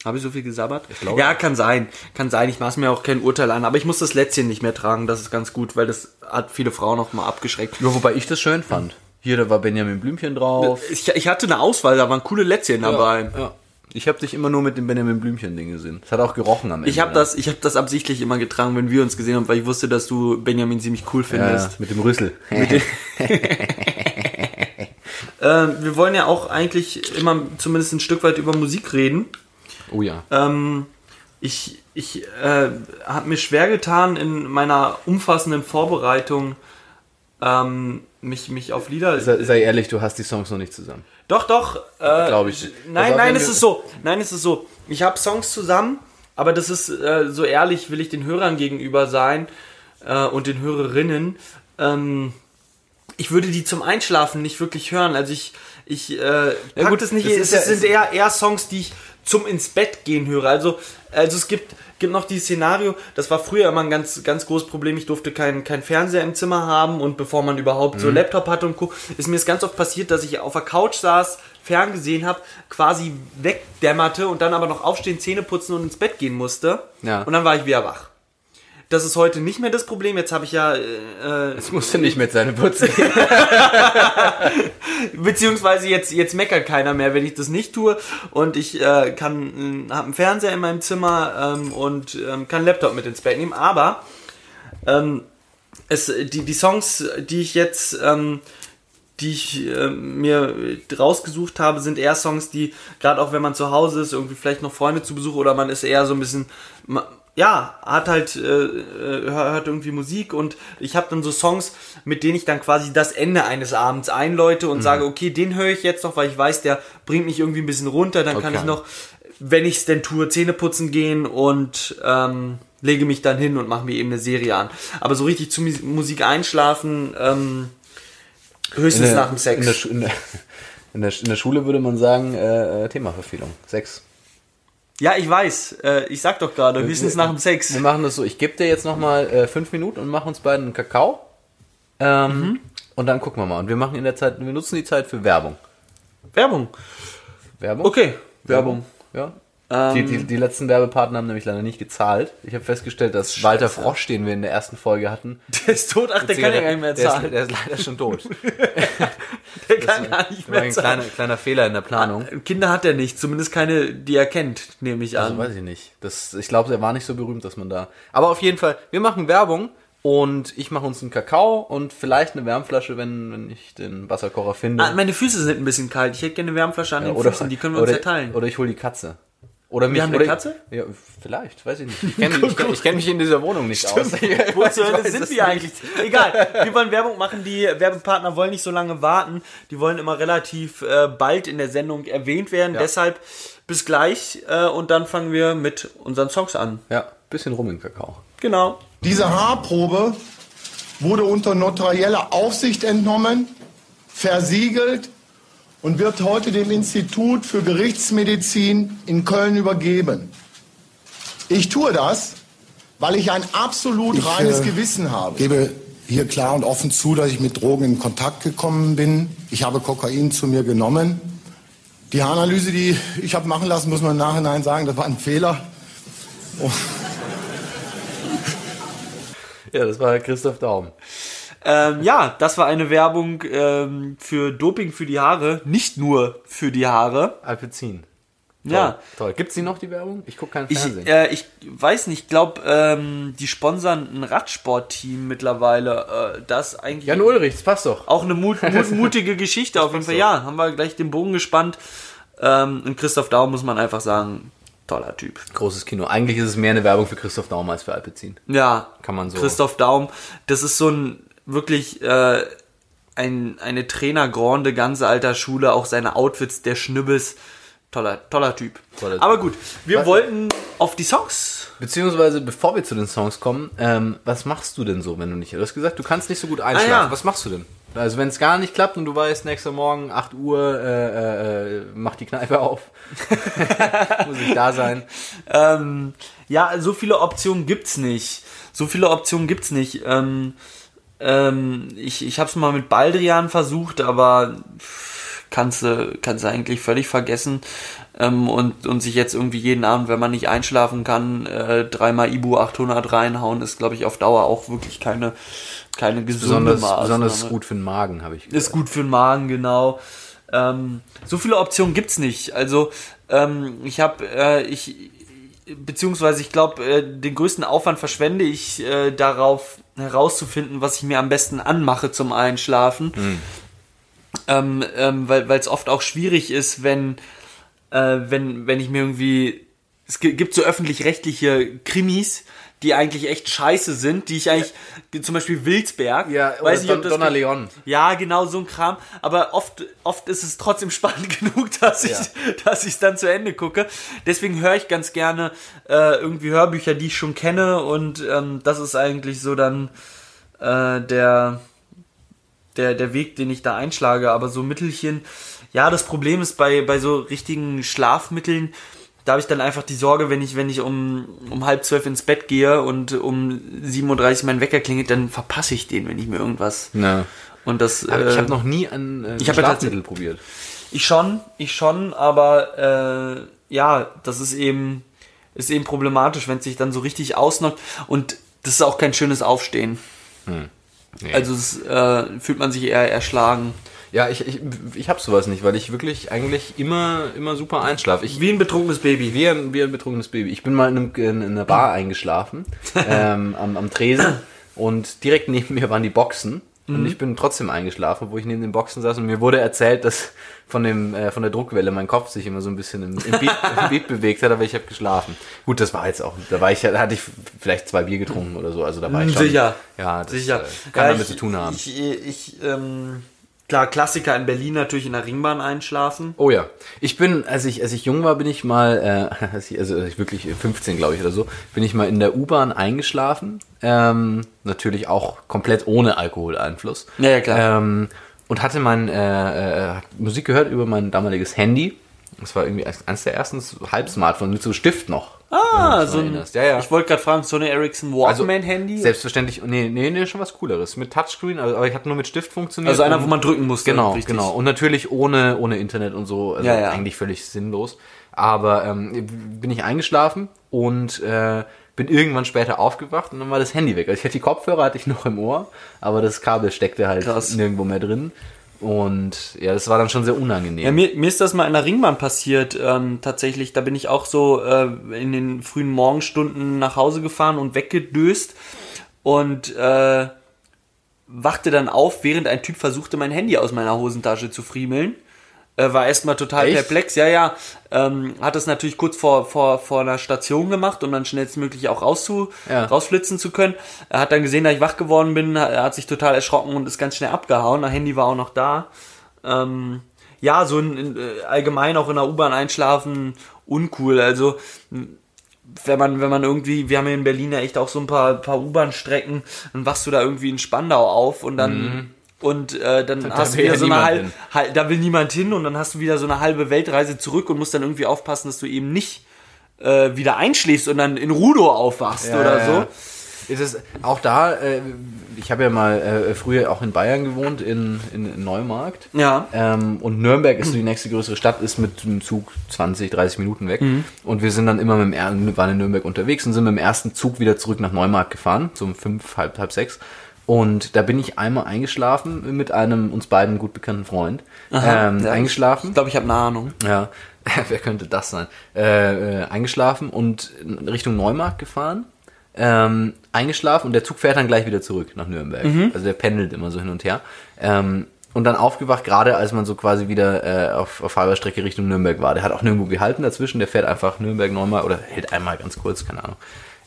B: Habe ich so viel gesabbert? Ich
E: glaube-
B: ja, kann sein. Kann sein. Ich maß mir auch kein Urteil an. Aber ich muss das Lätzchen nicht mehr tragen. Das ist ganz gut, weil das hat viele Frauen auch mal abgeschreckt.
E: Ja, wobei ich das schön fand. Hier, da war Benjamin Blümchen drauf.
B: Ich, ich hatte eine Auswahl, da waren coole Lätzchen dabei.
E: Äh, Ja. Ich habe dich immer nur mit dem Benjamin Blümchen-Ding gesehen. Es hat auch gerochen am Ende.
B: Ich habe
E: ne?
B: das, ich hab das absichtlich immer getragen, wenn wir uns gesehen haben, weil ich wusste, dass du Benjamin ziemlich cool
E: ja, ja,
B: findest.
E: mit dem *laughs* Rüssel.
B: Ähm, wir wollen ja auch eigentlich immer zumindest ein Stück weit über Musik reden.
E: oh ja.
B: Ähm, ich ich äh, habe mir schwer getan, in meiner umfassenden Vorbereitung ähm, mich, mich auf Lieder.
E: Sei, sei ehrlich, du hast die Songs noch nicht zusammen.
B: Doch, doch. Äh,
E: Glaub ich nicht.
B: Nein,
E: Pass auf,
B: nein,
E: wenn
B: es
E: wir-
B: ist so. Nein, es ist so. Ich habe Songs zusammen, aber das ist, äh, so ehrlich will ich den Hörern gegenüber sein äh, und den Hörerinnen. Ähm, ich würde die zum Einschlafen nicht wirklich hören. Also ich, ich äh, pack
E: gut,
B: das nicht.
E: das
B: Es, es
E: ist ja-
B: sind eher, eher Songs, die ich zum ins Bett gehen höre. Also, also es gibt, gibt noch dieses Szenario, das war früher immer ein ganz, ganz großes Problem. Ich durfte keinen kein Fernseher im Zimmer haben und bevor man überhaupt so Laptop hatte und Co., ist mir es ganz oft passiert, dass ich auf der Couch saß, ferngesehen habe, quasi wegdämmerte und dann aber noch aufstehen, Zähne putzen und ins Bett gehen musste.
E: Ja.
B: Und dann war ich wieder wach. Das ist heute nicht mehr das Problem. Jetzt habe ich ja äh, äh,
E: Das musst du nicht mit seiner Putze.
B: Beziehungsweise jetzt, jetzt meckert keiner mehr, wenn ich das nicht tue. Und ich äh, kann habe einen Fernseher in meinem Zimmer ähm, und ähm, kann einen Laptop mit ins Bett nehmen. Aber ähm, es, die, die Songs, die ich jetzt, ähm, die ich ähm, mir rausgesucht habe, sind eher Songs, die, gerade auch wenn man zu Hause ist, irgendwie vielleicht noch Freunde zu Besuch oder man ist eher so ein bisschen. ma- Ja, hat halt, äh, äh, hört irgendwie Musik und ich habe dann so Songs, mit denen ich dann quasi das Ende eines Abends einläute
E: Mhm.
B: und sage, okay, den höre ich jetzt noch, weil ich weiß, der bringt mich irgendwie ein bisschen runter, dann kann
E: Okay.
B: ich noch, wenn ich es denn tue, Zähne putzen gehen und ähm, lege mich dann hin und mache mir eben eine Serie an. Aber so richtig zu Mus- Musik einschlafen, ähm, höchstens nach dem Sex.
E: In der, Schu- in, der, in, der, in der Schule würde man sagen, äh, äh, Themaverfehlung. Sex.
B: ja, ich weiß. Äh, ich sag doch gerade, höchstens nach dem Sex.
E: Wir machen das so, ich gebe dir jetzt nochmal äh, fünf Minuten und machen uns beiden einen Kakao. Ähm,
B: Mhm.
E: Und dann gucken wir mal. Und wir machen in der Zeit, wir nutzen die Zeit für Werbung.
B: Werbung.
E: Werbung?
B: Okay, Werbung. Ähm.
E: Ja. die, die, die letzten Werbepartner haben nämlich leider nicht gezahlt. Ich habe festgestellt, dass Walter Frosch, den wir in der ersten Folge hatten,
B: Der ist tot, ach, der kann ja gar nicht mehr zahlen.
E: Der ist, der ist leider schon tot.
B: Der kann *laughs* gar nicht
E: War
B: mehr
E: ein
B: zahlen.
E: kleiner, kleiner Fehler in der Planung.
B: Kinder hat er nicht, zumindest keine, die er kennt, nehme ich
E: Also
B: an.
E: weiß ich nicht. Das, ich glaube, er war nicht so berühmt, dass man da. Aber auf jeden Fall, wir machen Werbung und ich mache uns einen Kakao und vielleicht eine Wärmflasche, wenn, wenn ich den Wasserkocher finde.
B: ah, meine Füße sind ein bisschen kalt. Ich hätte gerne eine Wärmflasche an den Füßen, die können wir
E: oder,
B: uns ja teilen.
E: Oder ich hole die Katze. Oder mich,
B: haben eine
E: oder ich-
B: Katze?
E: Ja, vielleicht, weiß ich
B: *laughs*
E: nicht. Ich kenne ich, kenn- ich kenn mich in dieser Wohnung nicht aus.
B: Wo zur
E: Ich
B: Hölle
E: weiß
B: also sind
E: es
B: wir eigentlich? Egal, wir wollen Werbung machen. Die Werbepartner wollen nicht so lange warten. Die wollen immer relativ äh, bald in der Sendung erwähnt werden. Deshalb bis gleich äh, und dann fangen wir mit unseren Songs an.
E: Ja, bisschen rum im Kakao.
B: Genau.
F: Diese Haarprobe wurde unter notarieller Aufsicht entnommen, versiegelt und wird heute dem Institut für Gerichtsmedizin in Köln übergeben. Ich tue das, weil ich ein absolut
A: Ich,
F: reines
A: äh,
F: Gewissen habe.
A: gebe hier klar und offen zu, dass ich mit Drogen in Kontakt gekommen bin. Ich habe Kokain zu mir genommen. Die Haaranalyse, die ich habe machen lassen, muss man im Nachhinein sagen, das war ein Fehler.
E: Ja, das war Christoph Daum.
B: Ähm, ja, das war eine Werbung ähm, für Doping für die Haare. Nicht nur für die Haare.
E: Alpezin.
B: Ja.
E: Toll. Gibt's die noch, die Werbung? Ich gucke kein
B: Ich,
E: Fernsehen.
B: äh, ich weiß nicht, ich glaube, ähm, die sponsern ein Radsportteam mittlerweile, äh, das eigentlich.
E: Jan Ulrich, das passt doch.
B: auch eine
E: *laughs*
B: mut, mut, mutige Geschichte auf jeden Fall. Ja, haben wir gleich den Bogen gespannt. Ähm, und Christoph Daum muss man einfach sagen, toller Typ.
E: Großes Kino. Eigentlich ist es mehr eine Werbung für Christoph Daum als für Alpezin.
B: Ja,
E: Kann man so-
B: Christoph Daum, das ist so ein wirklich äh, ein eine Trainer Grande ganze alter Schule, auch seine Outfits, der Schnibbels, toller toller Typ.
E: Toller Typ.
B: Aber gut, wir
E: Was-
B: wollten auf die Songs.
E: Beziehungsweise, bevor wir zu den Songs kommen, ähm, was machst du denn so, wenn du nicht. Du hast gesagt, du kannst nicht so gut einschlafen.
B: Ah, ja.
E: Was machst du denn? Also, wenn es gar nicht klappt und du weißt, nächster Morgen, 8 Uhr, äh, äh, mach die
B: *laughs*
E: Kneipe auf. Muss ich da sein.
B: Ähm, ja, so viele Optionen gibt's nicht. So viele Optionen gibt's nicht. Ähm, ähm, ich ich habe es mal mit Baldrian versucht, aber pff, kannst du kannst du eigentlich völlig vergessen ähm, und und sich jetzt irgendwie jeden Abend, wenn man nicht einschlafen kann, äh, dreimal Ibu 800 reinhauen, ist glaube ich auf Dauer auch wirklich keine keine gesunde
E: Besonders,
B: Maßnahme.
E: besonders gut für den Magen, habe ich gehört.
B: Ist gut für den Magen, genau. Ähm, Ähm, so viele Optionen gibt's nicht. Also ähm, ich habe, äh, ich beziehungsweise ich glaube, äh, den größten Aufwand verschwende ich äh, darauf herauszufinden, was ich mir am besten anmache zum Einschlafen, ähm, ähm, weil weil es oft auch schwierig ist, wenn äh, wenn wenn ich mir irgendwie es gi- gibt so öffentlich-rechtliche Krimis, die eigentlich echt scheiße sind, die ich eigentlich, zum Beispiel Wilsberg,
E: Ja, oder
B: weiß nicht, ob
E: Don-
B: das
E: Donna Leon.
B: ja, genau, so ein Kram. Aber oft, oft ist es trotzdem *laughs* spannend genug, dass
E: Ja.
B: ich dass ich dann zu Ende gucke. Deswegen höre ich ganz gerne äh, irgendwie Hörbücher, die ich schon kenne. Und ähm, das ist eigentlich so dann äh, der, der, der Weg, den ich da einschlage. Aber so Mittelchen, ja, das Problem ist bei, bei so richtigen Schlafmitteln, da habe ich dann einfach die Sorge, wenn ich, wenn ich um, um halb zwölf ins Bett gehe und um 7.30 Uhr mein Wecker klingelt, dann verpasse ich den, wenn ich mir irgendwas.
E: Ja.
B: Und das,
E: Aber
B: äh,
E: Hm. ich habe noch nie ein äh,
B: ich hab ja
E: Schlafmittel probiert.
B: ich schon, ich schon, aber äh, ja, das ist eben, ist eben problematisch, wenn es sich dann so richtig ausnockt. Und das ist auch kein schönes Aufstehen.
E: Hm. Nee.
B: Also es, äh, fühlt man sich eher erschlagen.
E: Ja, ich, ich, ich hab sowas nicht, weil ich wirklich eigentlich immer, immer super einschlafe. Ich,
B: Wie ein betrunkenes Baby.
E: wie ein, wie ein betrunkenes Baby. Ich bin mal in, einem, in einer Bar
B: *laughs*
E: eingeschlafen, ähm, am, am Tresen. Und direkt neben mir waren die Boxen.
B: Mhm.
E: Und ich bin trotzdem eingeschlafen, obwohl ich neben den Boxen saß. Und mir wurde erzählt, dass von, dem, äh, von der Druckwelle mein Kopf sich immer so ein bisschen im, im, Beat, im Beat bewegt hat, aber ich habe geschlafen. Gut, das war jetzt auch, da war ich, ja- da hatte ich vielleicht zwei Bier getrunken oder so. Also da war ich schon.
B: Sicher.
E: Ja, das
B: Sicher.
E: Äh, kann
B: Ja,
E: damit
B: ich-
E: zu tun haben.
B: Ich, ich, ähm, klar, Klassiker in Berlin natürlich in der Ringbahn einschlafen.
E: Oh ja. Ich bin, als ich, als ich jung war, bin ich mal, äh, *laughs* als ich, also als ich wirklich 15, glaube ich, oder so, bin ich mal in der U-Bahn eingeschlafen. Ähm, natürlich auch komplett ohne Alkoholeinfluss.
B: Ja, ja, klar.
E: Ähm, und hatte mein äh, äh, hab Musik gehört über mein damaliges Handy. Das war irgendwie eines der ersten Halbsmartphones mit so Stift noch. wenn du
B: Ah,
E: dich
B: so
E: noch
B: ein,
E: erinnerst. ja, ja.
B: Ich wollte gerade fragen, Sony Ericsson
E: Also,
B: Walkman-Handy?
E: Selbstverständlich. Nee, nee, nee, schon was cooleres. Mit Touchscreen, also- aber ich hatte nur mit Stift funktioniert.
B: also einer,
E: Und-
B: wo man drücken muss.
E: Genau, genau. Und natürlich ohne, ohne Internet und so. Also
B: Ja, ja.
E: eigentlich völlig sinnlos. Aber ähm, bin ich eingeschlafen und äh, bin irgendwann später aufgewacht und dann war das Handy weg. Also ich hatte die Kopfhörer hatte ich noch im Ohr, aber das Kabel steckte halt
B: Krass.
E: nirgendwo mehr drin. Und ja, das war dann schon sehr unangenehm.
B: Ja, mir, mir ist das mal in der Ringbahn passiert, ähm, tatsächlich. Da bin ich auch so äh, in den frühen Morgenstunden nach Hause gefahren und weggedöst und äh, wachte dann auf, während ein Typ versuchte, mein Handy aus meiner Hosentasche zu friemeln. Äh, war erstmal total
E: Echt?
B: perplex, ja, ja. Ähm, hat das natürlich kurz vor, vor, vor einer Station gemacht, um dann schnellstmöglich auch rauszu,
E: Ja.
B: rausflitzen zu können. Er hat dann gesehen, dass ich wach geworden bin, hat- er hat sich total erschrocken und ist ganz schnell abgehauen. Das Handy war auch noch da. Ähm, ja, so in, in, äh, allgemein auch in der U-Bahn einschlafen, uncool. Also wenn man, wenn man irgendwie, wir haben hier in Berlin ja echt auch so ein paar, paar U-Bahn-Strecken, dann wachst du da irgendwie in Spandau auf und dann. Und äh, dann hast du
E: Mhm. will
B: wieder
E: ja
B: so eine
E: niemand
B: halbe,
E: hin.
B: hal da will niemand hin und dann hast du wieder so eine halbe Weltreise zurück und musst dann irgendwie aufpassen, dass du eben nicht äh, wieder einschläfst und dann in Rudo aufwachst
E: Ja,
B: oder
E: ja,
B: so.
E: ja. Ist es auch da, äh, ich habe ja mal äh, früher auch in Bayern gewohnt, in, in Neumarkt.
B: Ja.
E: Ähm, und Nürnberg ist so die nächste größere Stadt, ist mit dem Zug 20, 30 Minuten weg.
B: Mhm.
E: Und wir sind dann immer mit dem er waren in Nürnberg unterwegs und sind mit dem ersten Zug wieder zurück nach Neumarkt gefahren, so um fünf, halb, halb sechs. Und da bin ich einmal eingeschlafen mit einem uns beiden gut bekannten Freund. ähm,
B: Ja,
E: eingeschlafen.
B: Ich glaube, ich habe eine Ahnung.
E: Ja, *laughs* wer könnte das sein? Äh, äh, eingeschlafen und in Richtung Neumarkt gefahren. Ähm, eingeschlafen und der Zug fährt dann gleich wieder zurück nach Nürnberg.
B: Mhm.
E: Also der pendelt immer so hin und her. Ähm, und dann aufgewacht, gerade als man so quasi wieder äh, auf, auf halber Strecke Richtung Nürnberg war. Der hat auch nirgendwo gehalten dazwischen, der fährt einfach Nürnberg neumal oder hält einmal ganz kurz, keine Ahnung.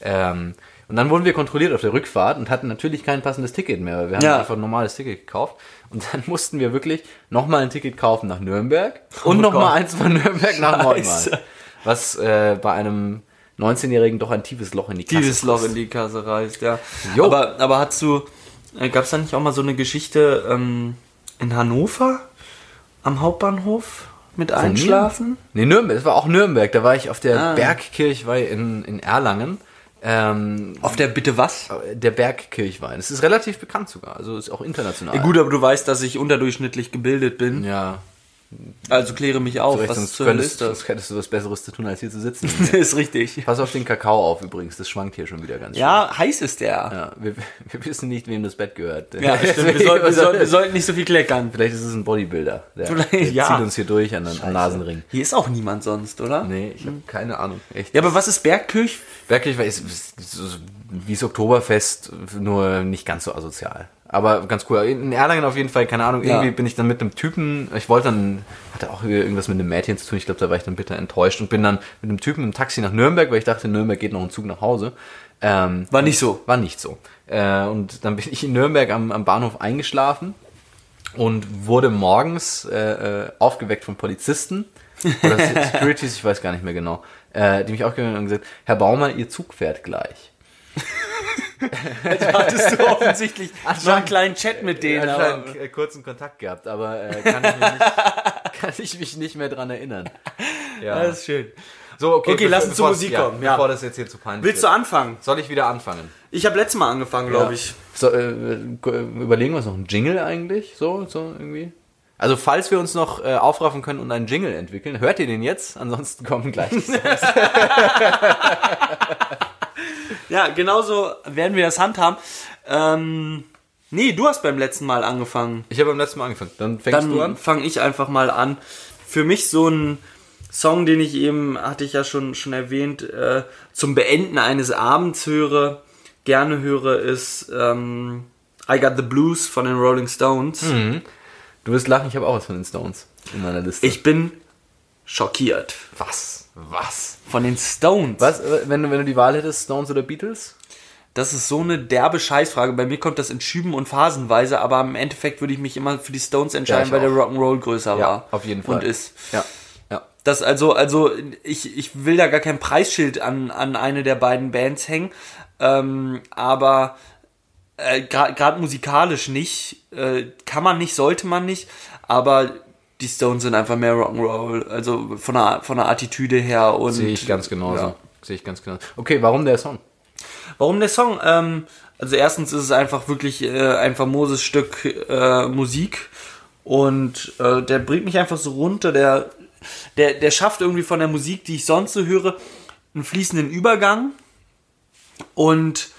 E: Ähm, und dann wurden wir kontrolliert auf der Rückfahrt und hatten natürlich kein passendes Ticket mehr, weil wir haben
B: Ja.
E: einfach ein normales Ticket gekauft. Und dann *laughs* mussten wir wirklich nochmal ein Ticket kaufen nach Nürnberg und noch
B: Oh Gott.
E: nochmal eins von Nürnberg nach
B: Scheiße.
E: Neumarkt. Was äh, bei einem 19-Jährigen doch ein tiefes Loch in die Kasse
B: Dieses Loch
E: frisst.
B: in die Kasse reißt, ja.
E: Jo.
B: Aber, aber hast du, äh, gab es da nicht auch mal so eine Geschichte ähm, in Hannover am Hauptbahnhof mit
E: Von mir?
B: Einschlafen?
E: Nee, Nürnberg. Es war auch Nürnberg. Da war ich auf der
B: Ah.
E: Bergkirchweih in, in Erlangen. Ähm,
B: Auf der Bitte was?
E: der Bergkirchweih. Das ist relativ bekannt sogar. Also ist auch international.
B: Ja, gut, aber du weißt, dass ich unterdurchschnittlich gebildet bin.
E: Ja.
B: Also kläre mich auf,
E: Vielleicht,
B: was
E: sonst
B: zur Hölle
E: könntest,
B: ist das?
E: sonst hättest du was Besseres zu tun, als hier
B: *laughs*
E: zu sitzen.
B: ist richtig.
E: Pass auf den Kakao auf übrigens, das schwankt hier schon wieder ganz
B: Ja, heiß ist der.
E: schön. Ja, wir, wir wissen nicht, wem das Bett gehört. *laughs*
B: Ja, stimmt. Wir, sollten- wir, sollten- wir sollten nicht so viel kleckern.
E: Vielleicht ist es ein Bodybuilder. Der,
B: Vielleicht,
E: der
B: ja.
E: zieht uns hier durch an den am Nasenring.
B: Hier ist auch niemand sonst, oder?
E: Nee, ich habe keine Ahnung. Echt.
B: Hm. Ja, aber was ist
E: *laughs*
B: Bergkirch?
E: Wirklich, weil es es- es ist wie das Oktoberfest, nur nicht ganz so asozial. Aber ganz cool. In Erlangen auf jeden Fall, keine Ahnung, irgendwie
B: Ja.
E: bin ich dann mit einem Typen, ich wollte dann, hatte auch irgendwas mit einem Mädchen zu tun, ich glaube, da war ich dann bitter enttäuscht und bin dann mit einem Typen im Taxi nach Nürnberg, weil ich dachte, in Nürnberg geht noch ein Zug nach Hause. Ähm,
B: War nicht so.
E: War nicht so. Äh, und dann bin ich in Nürnberg am, am Bahnhof eingeschlafen und wurde morgens äh, äh, aufgeweckt von Polizisten
B: *laughs*
E: oder Securities, ich weiß gar nicht mehr genau, äh, die mich aufgeweckt haben und gesagt, Herr Baumann, Ihr Zug fährt gleich.
B: Hattest du offensichtlich noch einen
E: Anscheinend-
B: kleinen Chat mit denen. aber-
E: Anscheinend, äh, kurzen Kontakt gehabt, aber äh, kann, ich mich nicht,
B: *laughs*
E: kann ich mich nicht mehr dran erinnern. Ja.
B: Das ist schön.
E: so, okay,
B: okay,
E: bevor-
B: lass uns zur
E: bevor-
B: Musik
E: ja,
B: kommen, ja.
E: Bevor das jetzt hier zu peinlich
B: Willst du anfangen?
E: Soll ich wieder anfangen?
B: Ich habe letztes Mal angefangen, glaube ich.
E: So, äh, überlegen wir uns noch einen Jingle eigentlich? So, so irgendwie? Also, falls wir uns noch äh, aufraffen können und einen Jingle entwickeln, hört ihr den jetzt? Ansonsten kommen *laughs* gleich die Songs.
B: Ja, genauso werden wir das handhaben. Ähm, nee, du hast beim letzten Mal angefangen.
E: Ich habe beim letzten Mal angefangen. Dann fängst du
B: Dann
E: an.
B: fange ich einfach mal an. Für mich so ein Song, den ich eben, hatte ich ja schon, schon erwähnt, äh, zum Beenden eines Abends höre, gerne höre, ist ähm, I Got the Blues von den Rolling Stones.
E: Hm. Du wirst lachen, ich habe auch was von den Stones in meiner Liste.
B: Ich bin schockiert
E: was? Was?
B: von den Stones.
E: Was, äh, wenn du, wenn du die Wahl hättest, Stones oder Beatles?
B: Das ist so eine derbe Scheißfrage. Bei mir kommt das in Schüben und Phasenweise, aber im Endeffekt würde ich mich immer für die Stones entscheiden,
E: ich
B: weil der
E: auch.
B: Rock'n'Roll größer war.
E: auf jeden Fall.
B: Und ist.
E: Ja. Ja.
B: Das also, also ich, ich will da gar kein Preisschild an, an eine der beiden Bands hängen, ähm, aber äh, gerade musikalisch nicht, äh, kann man nicht, sollte man nicht, aber die Stones sind einfach mehr Rock'n'Roll, also von der, von der Attitüde her und
E: Sehe ich ganz genauso.
B: Ja.
E: Sehe ich ganz genau. Okay, warum der Song?
B: Warum der Song? Ähm, also erstens ist es einfach wirklich äh, ein famoses Stück äh, Musik und äh, der bringt mich einfach so runter. Der, der, der schafft irgendwie von der Musik, die ich sonst so höre, einen fließenden Übergang und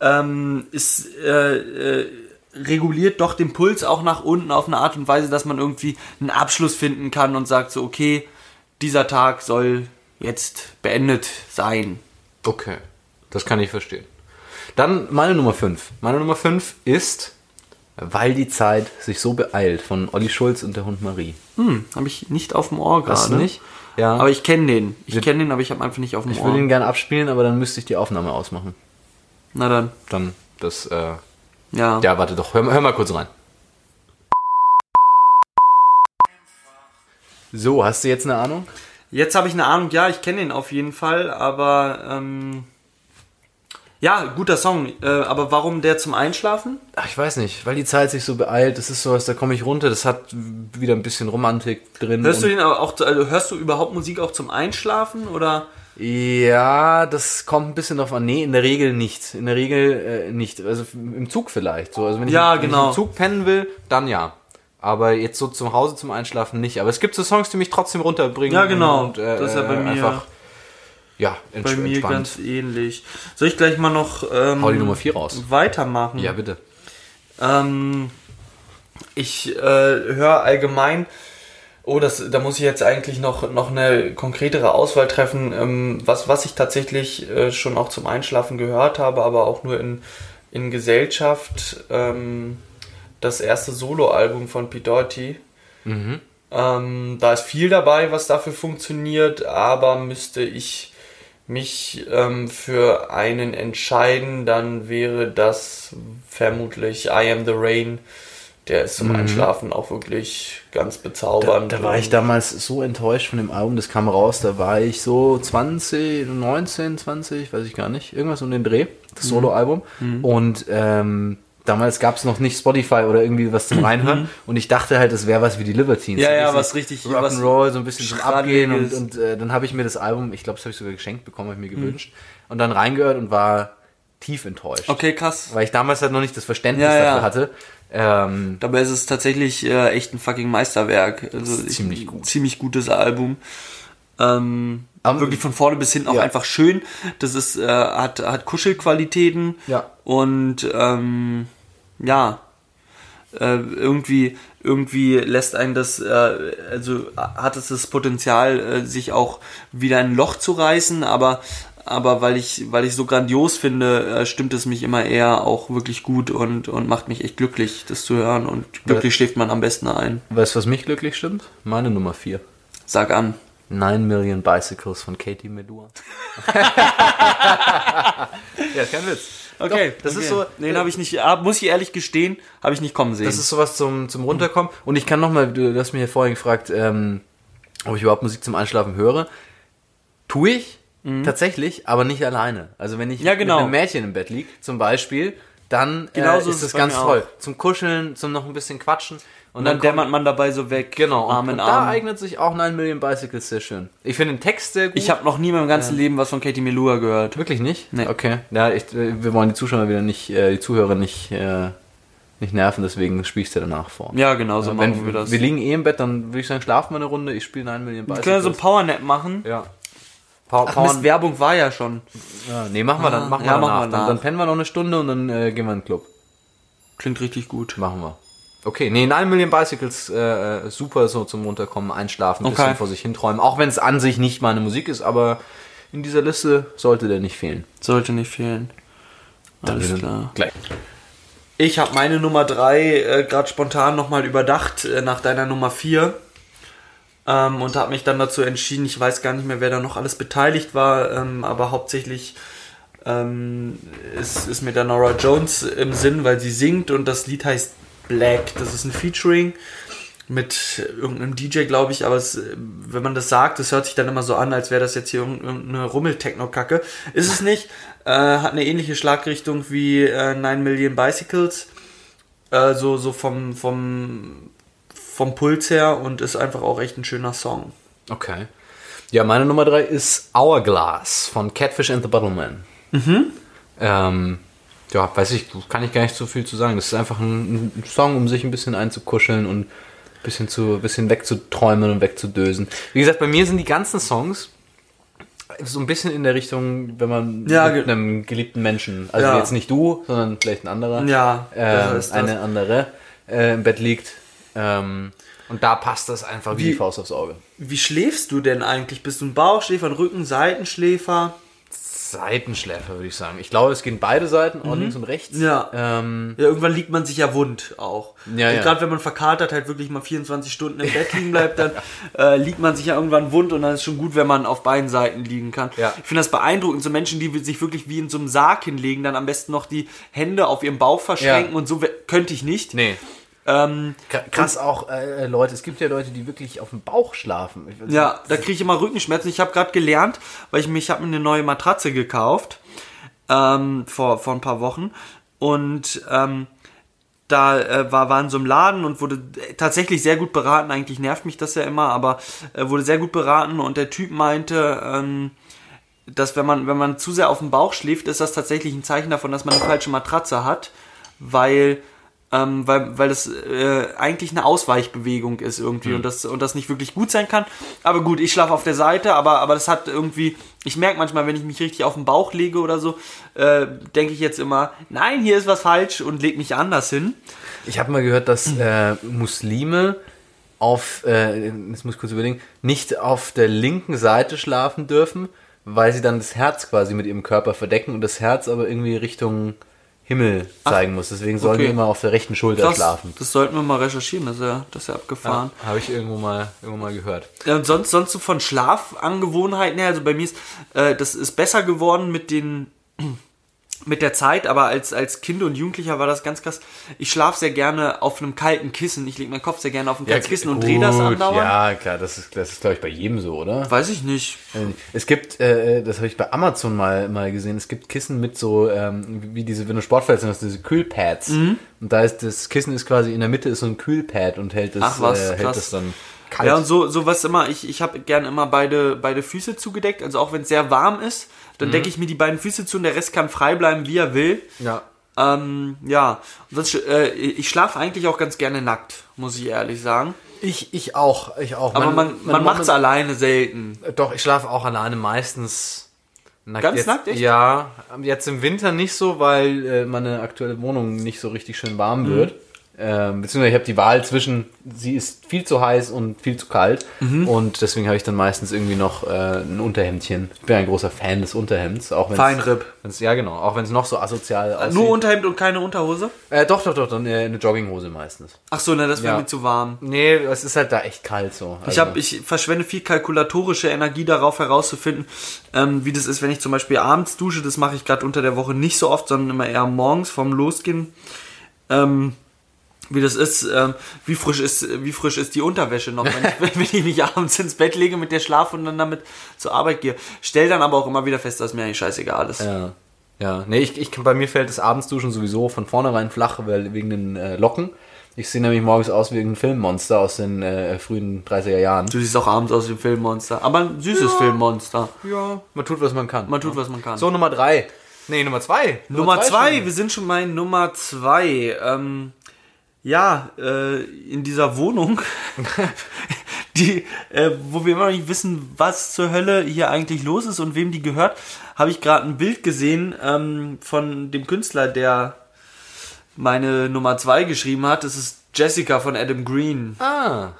B: ähm, ist äh, äh, reguliert doch den Puls auch nach unten auf eine Art und Weise, dass man irgendwie einen Abschluss finden kann und sagt so, okay, dieser Tag soll jetzt beendet sein.
E: Okay, das kann ich verstehen. Dann meine Nummer 5. Meine Nummer 5 ist, weil die Zeit sich so beeilt von Olli Schulz und der Hund Marie.
B: Hm, habe ich nicht auf dem Ohr gerade.
E: Hast du nicht? Ja.
B: ne? Aber ich kenne den. Ich
E: Wir-
B: kenne den, aber ich habe einfach nicht auf dem
E: ich
B: Ohr.
E: würde ihn gerne abspielen, aber dann müsste ich die Aufnahme ausmachen.
B: Na dann,
E: Dann das, äh,
B: ja.
E: ja, warte doch, hör, mal- hör mal kurz rein. So, hast du jetzt eine Ahnung?
B: Jetzt habe ich eine Ahnung, ja, ich kenne den auf jeden Fall, aber ähm, ja, guter Song. Äh, aber warum der zum Einschlafen?
E: Ach, ich weiß nicht, weil die Zeit sich so beeilt, das ist sowas, da komme ich runter, das hat wieder ein bisschen Romantik drin.
B: Hörst
E: Hm, und-
B: du den aber auch, also hörst du überhaupt Musik auch zum Einschlafen oder?
E: Ja, das kommt ein bisschen drauf an. Nee, in der Regel nicht. In der Regel äh, nicht. Also f- im Zug vielleicht. So, also wenn ich,
B: Ja,
E: wenn
B: genau.
E: ich im Zug pennen will, dann ja. Aber jetzt so zum Hause zum Einschlafen nicht. Aber es gibt so Songs, die mich trotzdem runterbringen.
B: Ja, genau.
E: Und, äh,
B: Das ist ja bei mir-
E: Einfach, ja, ents
B: Bei mir
E: entspannt.
B: ganz ähnlich. Soll ich gleich mal noch ähm,
E: Hau die Nummer vier raus.
B: weitermachen?
E: Ja, bitte.
B: Ähm, ich äh, höre allgemein, oh, das, da muss ich jetzt eigentlich noch, noch eine konkretere Auswahl treffen, ähm, was, was ich tatsächlich äh, schon auch zum Einschlafen gehört habe, aber auch nur in, in Gesellschaft. Ähm, das erste Soloalbum von P. Doherty.
E: Mhm.
B: Ähm, da ist viel dabei, was dafür funktioniert, aber müsste ich mich ähm, für einen entscheiden, dann wäre das vermutlich I Am the Rain. Der ist zum Einschlafen auch wirklich ganz bezaubernd.
E: Mhm. Da war ich damals so enttäuscht von dem Album, das kam raus, da war ich so 20, 19, 20, weiß ich gar nicht, irgendwas um den Dreh,
B: Mhm.
E: das Soloalbum. Und ähm, damals gab es noch nicht Spotify oder irgendwie was
B: *clears throat*
E: zum Reinhören. Und ich dachte halt, das wäre was wie die Libertines.
B: Mhm. Ja,
E: So
B: ja,
E: ein bisschen
B: was richtig- was
E: Rock'n'Roll, so ein bisschen zum Abgehen. Und,
B: Schraddiges.
E: und äh, dann habe ich mir das Album, ich glaube, das habe ich sogar geschenkt bekommen, habe ich
B: Mhm.
E: mir gewünscht. Und dann reingehört und war tief enttäuscht
B: okay, krass.
E: weil ich damals halt noch nicht das Verständnis
B: Ja, ja.
E: dafür hatte. Ähm,
B: Dabei ist es tatsächlich äh, echt ein fucking Meisterwerk. Also ich-
E: ziemlich gut.
B: Ziemlich gutes Album. Ähm,
E: Aber-
B: wirklich von vorne bis hinten auch
E: Ja.
B: einfach schön. Das ist, äh, hat, hat Kuschelqualitäten.
E: Ja.
B: Und ähm, ja, äh, irgendwie, irgendwie lässt einen das, äh, also hat es das Potenzial, äh, sich auch wieder in ein Loch zu reißen, aber, aber weil ich, weil ich so grandios finde, äh, stimmt es mich immer eher auch wirklich gut und, und macht mich echt glücklich, das zu hören und glücklich schläft man am besten ein.
E: weißt du, was mich glücklich stimmt? Meine Nummer 4.
B: Sag an.
E: 9 Million Bicycles von Katie Melua. *laughs* ja, kein Witz.
B: Okay,
E: das ist so- äh,
B: Den habe ich nicht, ah, muss ich ehrlich gestehen, habe ich nicht kommen sehen.
E: Das ist sowas zum, zum Runterkommen. Und ich kann nochmal, du hast mir hier vorhin gefragt, ähm, ob ich überhaupt Musik zum Einschlafen höre. Tue ich tatsächlich, aber nicht alleine. Also wenn ich
B: Mhm. Ja, genau.
E: mit einem Mädchen im Bett liege, zum Beispiel, dann äh,
B: Genauso ist
E: ist
B: es
E: das
B: bei
E: ganz
B: mir auch.
E: toll. Zum Kuscheln, zum noch ein bisschen quatschen. Und
B: und dann
E: dann kommt-
B: dämmert man dabei so weg.
E: Genau, und,
B: Arm
E: und
B: in
E: da
B: Arm.
E: eignet sich auch 9 Million Bicycles sehr schön. Ich finde den Text sehr gut.
B: Ich habe noch nie in meinem ganzen Leben was von Katie Melua gehört.
E: Wirklich nicht?
B: Nee.
E: Okay. Ja, ich, äh, wir wollen die Zuschauer wieder nicht, äh, die Zuhörer nicht, äh, nicht nerven, deswegen spiele ich dir danach vor.
B: Ja, genau, so
E: Äh,
B: machen
E: Wenn,
B: wir das.
E: Wir liegen eh im Bett, dann würde ich sagen, schlafen wir eine Runde, ich spiele 9 Million
B: Wir können ja so
E: Bicycles.
B: ein Powernap machen.
E: ja. Pa
B: Ach,
E: Power-
B: Mist, Werbung war ja schon.
E: ja, nee, machen wir dann, machen
B: Ah, Ja,
E: wir
B: machen wir
E: danach. Dann,
B: nach.
E: dann pennen wir noch eine Stunde und dann äh, gehen wir in den Club.
B: Klingt richtig gut.
E: Machen wir. Okay, nee, 9 Million Bicycles, äh, äh, super so zum Runterkommen, einschlafen, ein
B: Okay.
E: bisschen vor sich hinträumen. Auch wenn es an sich nicht meine Musik ist, aber in dieser Liste sollte der nicht fehlen.
B: Sollte nicht fehlen. Alles
E: Dann
B: klar.
E: Gleich.
B: Ich habe meine Nummer 3 äh, gerade spontan nochmal überdacht äh, nach deiner Nummer 4 ähm, und habe mich dann dazu entschieden, ich weiß gar nicht mehr, wer da noch alles beteiligt war, ähm, aber hauptsächlich ähm, ist, ist mir da Nora Jones im Sinn, weil sie singt und das Lied heißt Black. Das ist ein Featuring mit irgendeinem DJ, glaube ich, aber es, äh, wenn man das sagt, das hört sich dann immer so an, als wäre das jetzt hier irgend- irgendeine Rummel-Techno-Kacke. Ist es nicht. Äh, hat eine ähnliche Schlagrichtung wie äh, 9 Million Bicycles. Äh, so so vom, vom, vom Puls her und ist einfach auch echt ein schöner Song.
E: Okay. Ja, meine Nummer drei ist Hourglass von Catfish and the Bottleman. Mhm. Ähm, ja, weiß ich, kann ich gar nicht so viel zu sagen. Das ist einfach ein, ein Song, um sich ein bisschen einzukuscheln und ein bisschen, zu, bisschen wegzuträumen und wegzudösen. Wie gesagt, bei mir sind die ganzen Songs so ein bisschen in der Richtung, wenn man
B: Ja,
E: mit
B: ge-
E: einem geliebten Menschen, also
B: Ja.
E: jetzt nicht du, sondern vielleicht ein anderer,
B: Ja, besser
E: ähm,
B: ist das.
E: eine andere äh, im Bett liegt. Ähm, und da passt das einfach wie,
B: Wie-
E: die Faust aufs Auge.
B: Wie schläfst du denn eigentlich? Bist du ein Bauchschläfer, ein Rücken, Seitenschläfer?
E: Seitenschläfer, würde ich sagen. Ich glaube, es gehen beide Seiten, auch links und rechts.
B: Mhm. Ja.
E: Ähm,
B: Ja, irgendwann liegt man sich ja wund auch.
E: Ja,
B: und
E: ja.
B: Gerade wenn man verkatert halt wirklich mal 24 Stunden im Bett liegen bleibt,
E: *laughs*
B: dann äh, liegt man sich ja irgendwann wund und dann ist schon gut, wenn man auf beiden Seiten liegen kann.
E: Ja.
B: Ich finde das beeindruckend, so Menschen, die sich wirklich wie in so einem Sarg hinlegen, dann am besten noch die Hände auf ihrem Bauch verschränken
E: Ja.
B: und so we- könnte ich nicht.
E: nee.
B: Ähm,
E: Kr- Krass auch, äh, Leute, es gibt ja Leute, die wirklich auf dem Bauch schlafen. Ich- also-
B: Ja, da kriege ich immer Rückenschmerzen. Ich habe gerade gelernt, weil ich mich ich habe mir eine neue Matratze gekauft ähm, vor, vor ein paar Wochen und ähm, da äh, war, war in so einem Laden und wurde tatsächlich sehr gut beraten. Eigentlich nervt mich das ja immer, aber äh, wurde sehr gut beraten und der Typ meinte, ähm, dass wenn man, wenn man zu sehr auf dem Bauch schläft, ist das tatsächlich ein Zeichen davon, dass man eine falsche Matratze hat, weil, ähm, weil, weil das äh, eigentlich eine Ausweichbewegung ist irgendwie und, das, und das nicht wirklich gut sein kann. Aber gut, ich schlafe auf der Seite, aber, aber das hat irgendwie, ich merke manchmal, wenn ich mich richtig auf den Bauch lege oder so, äh, denke ich jetzt immer, nein, hier ist was falsch und leg mich anders hin.
E: Ich habe mal gehört, dass
B: Mhm.
E: äh, Muslime auf, äh, jetzt muss ich kurz überlegen, nicht auf der linken Seite schlafen dürfen, weil sie dann das Herz quasi mit ihrem Körper verdecken und das Herz aber irgendwie Richtung Himmel zeigen muss. Deswegen sollen
B: okay.
E: die immer auf der rechten Schulter
B: Das,
E: schlafen.
B: das sollten wir mal recherchieren, das ist ja, das ist ja abgefahren.
E: Habe ich irgendwo mal, irgendwo mal gehört.
B: Ja, und Äh, sonst, sonst so von Schlafangewohnheiten her, also bei mir ist, äh, das ist besser geworden mit den, *clears throat* mit der Zeit, aber als, als Kind und Jugendlicher war das ganz krass. Ich schlafe sehr gerne auf einem kalten Kissen. Ich lege meinen Kopf sehr gerne auf ein kaltes Kissen und drehe das
E: gut,
B: andauernd.
E: Ja, klar, das ist, das ist glaube ich, bei jedem so, oder?
B: Weiß ich nicht.
E: Es gibt, äh, das habe ich bei Amazon mal, mal gesehen, es gibt Kissen mit so, ähm, wie diese, wenn du Sportverletzungen hast, diese Kühlpads.
B: Mhm.
E: Und da ist das Kissen ist quasi in der Mitte ist so ein Kühlpad und hält das,
B: Ach was,
E: äh, hält
B: krass.
E: das dann kalt.
B: Ja, und so, so was immer. Ich, ich habe gern immer beide, beide Füße
E: Mhm.
B: zugedeckt. Also auch wenn es sehr warm ist, dann decke ich mir die beiden Füße zu und der Rest kann frei bleiben, wie er will.
E: ja.
B: Ähm, ja, Und sonst, äh, ich schlafe eigentlich auch ganz gerne nackt, muss ich ehrlich sagen.
E: Ich, ich auch, ich auch.
B: Aber man, man, macht's
E: Moment-
B: alleine selten.
E: Doch, ich schlafe auch alleine meistens nackt.
B: Ganz
E: jetzt,
B: nackt, echt?
E: Ja, jetzt im Winter nicht so, weil äh, meine aktuelle Wohnung nicht so richtig schön warm
B: Mhm.
E: wird. Ähm, beziehungsweise ich habe die Wahl zwischen, sie ist viel zu heiß und viel zu kalt.
B: Mhm.
E: Und deswegen habe ich dann meistens irgendwie noch äh, ein Unterhemdchen. Ich bin ein großer Fan des Unterhemds. Auch wenn's-
B: Feinripp.
E: wenn's- Ja, genau. Auch wenn es noch so asozial aussieht.
B: Nur Unterhemd und keine Unterhose?
E: äh, doch, doch, doch. Dann äh, eine Jogginghose meistens.
B: Ach so, na, das wäre
E: Ja. Also.
B: mir zu warm.
E: Nee, es ist halt da echt kalt so.
B: Ich, hab, ich verschwende viel kalkulatorische Energie darauf herauszufinden, ähm, wie das ist, wenn ich zum Beispiel abends dusche. Das mache ich gerade unter der Woche nicht so oft, sondern immer eher morgens vorm Losgehen. Ähm, wie das ist, ähm, wie frisch ist, wie frisch ist die Unterwäsche noch, wenn ich, *laughs* wenn ich mich abends ins Bett lege, mit der schlafe und dann damit zur Arbeit gehe. Stell dann aber auch immer wieder fest, dass mir eigentlich scheißegal ist.
E: Ja. Ja, nee, ich, ich, bei mir fällt das Abendsduschen sowieso von vornherein flach, weil wegen den äh, Locken. Ich sehe nämlich morgens aus wie ein Filmmonster aus den äh, frühen 30er Jahren.
B: Du siehst auch abends aus wie ein Filmmonster. Aber ein süßes Filmmonster.
E: Ja, man tut, was man kann.
B: Man tut, was man kann.
E: So, Nummer drei. Nee, Nummer zwei.
B: Nummer zwei,
E: schon.
B: wir sind schon bei Nummer zwei. Ähm, ja, äh, in dieser Wohnung, *laughs* die, äh, wo wir immer noch nicht wissen, was zur Hölle hier eigentlich los ist und wem die gehört, habe ich gerade ein Bild gesehen ähm, von dem Künstler, der meine Nummer zwei geschrieben hat. Das ist Jessica von Adam Green.
E: Ah,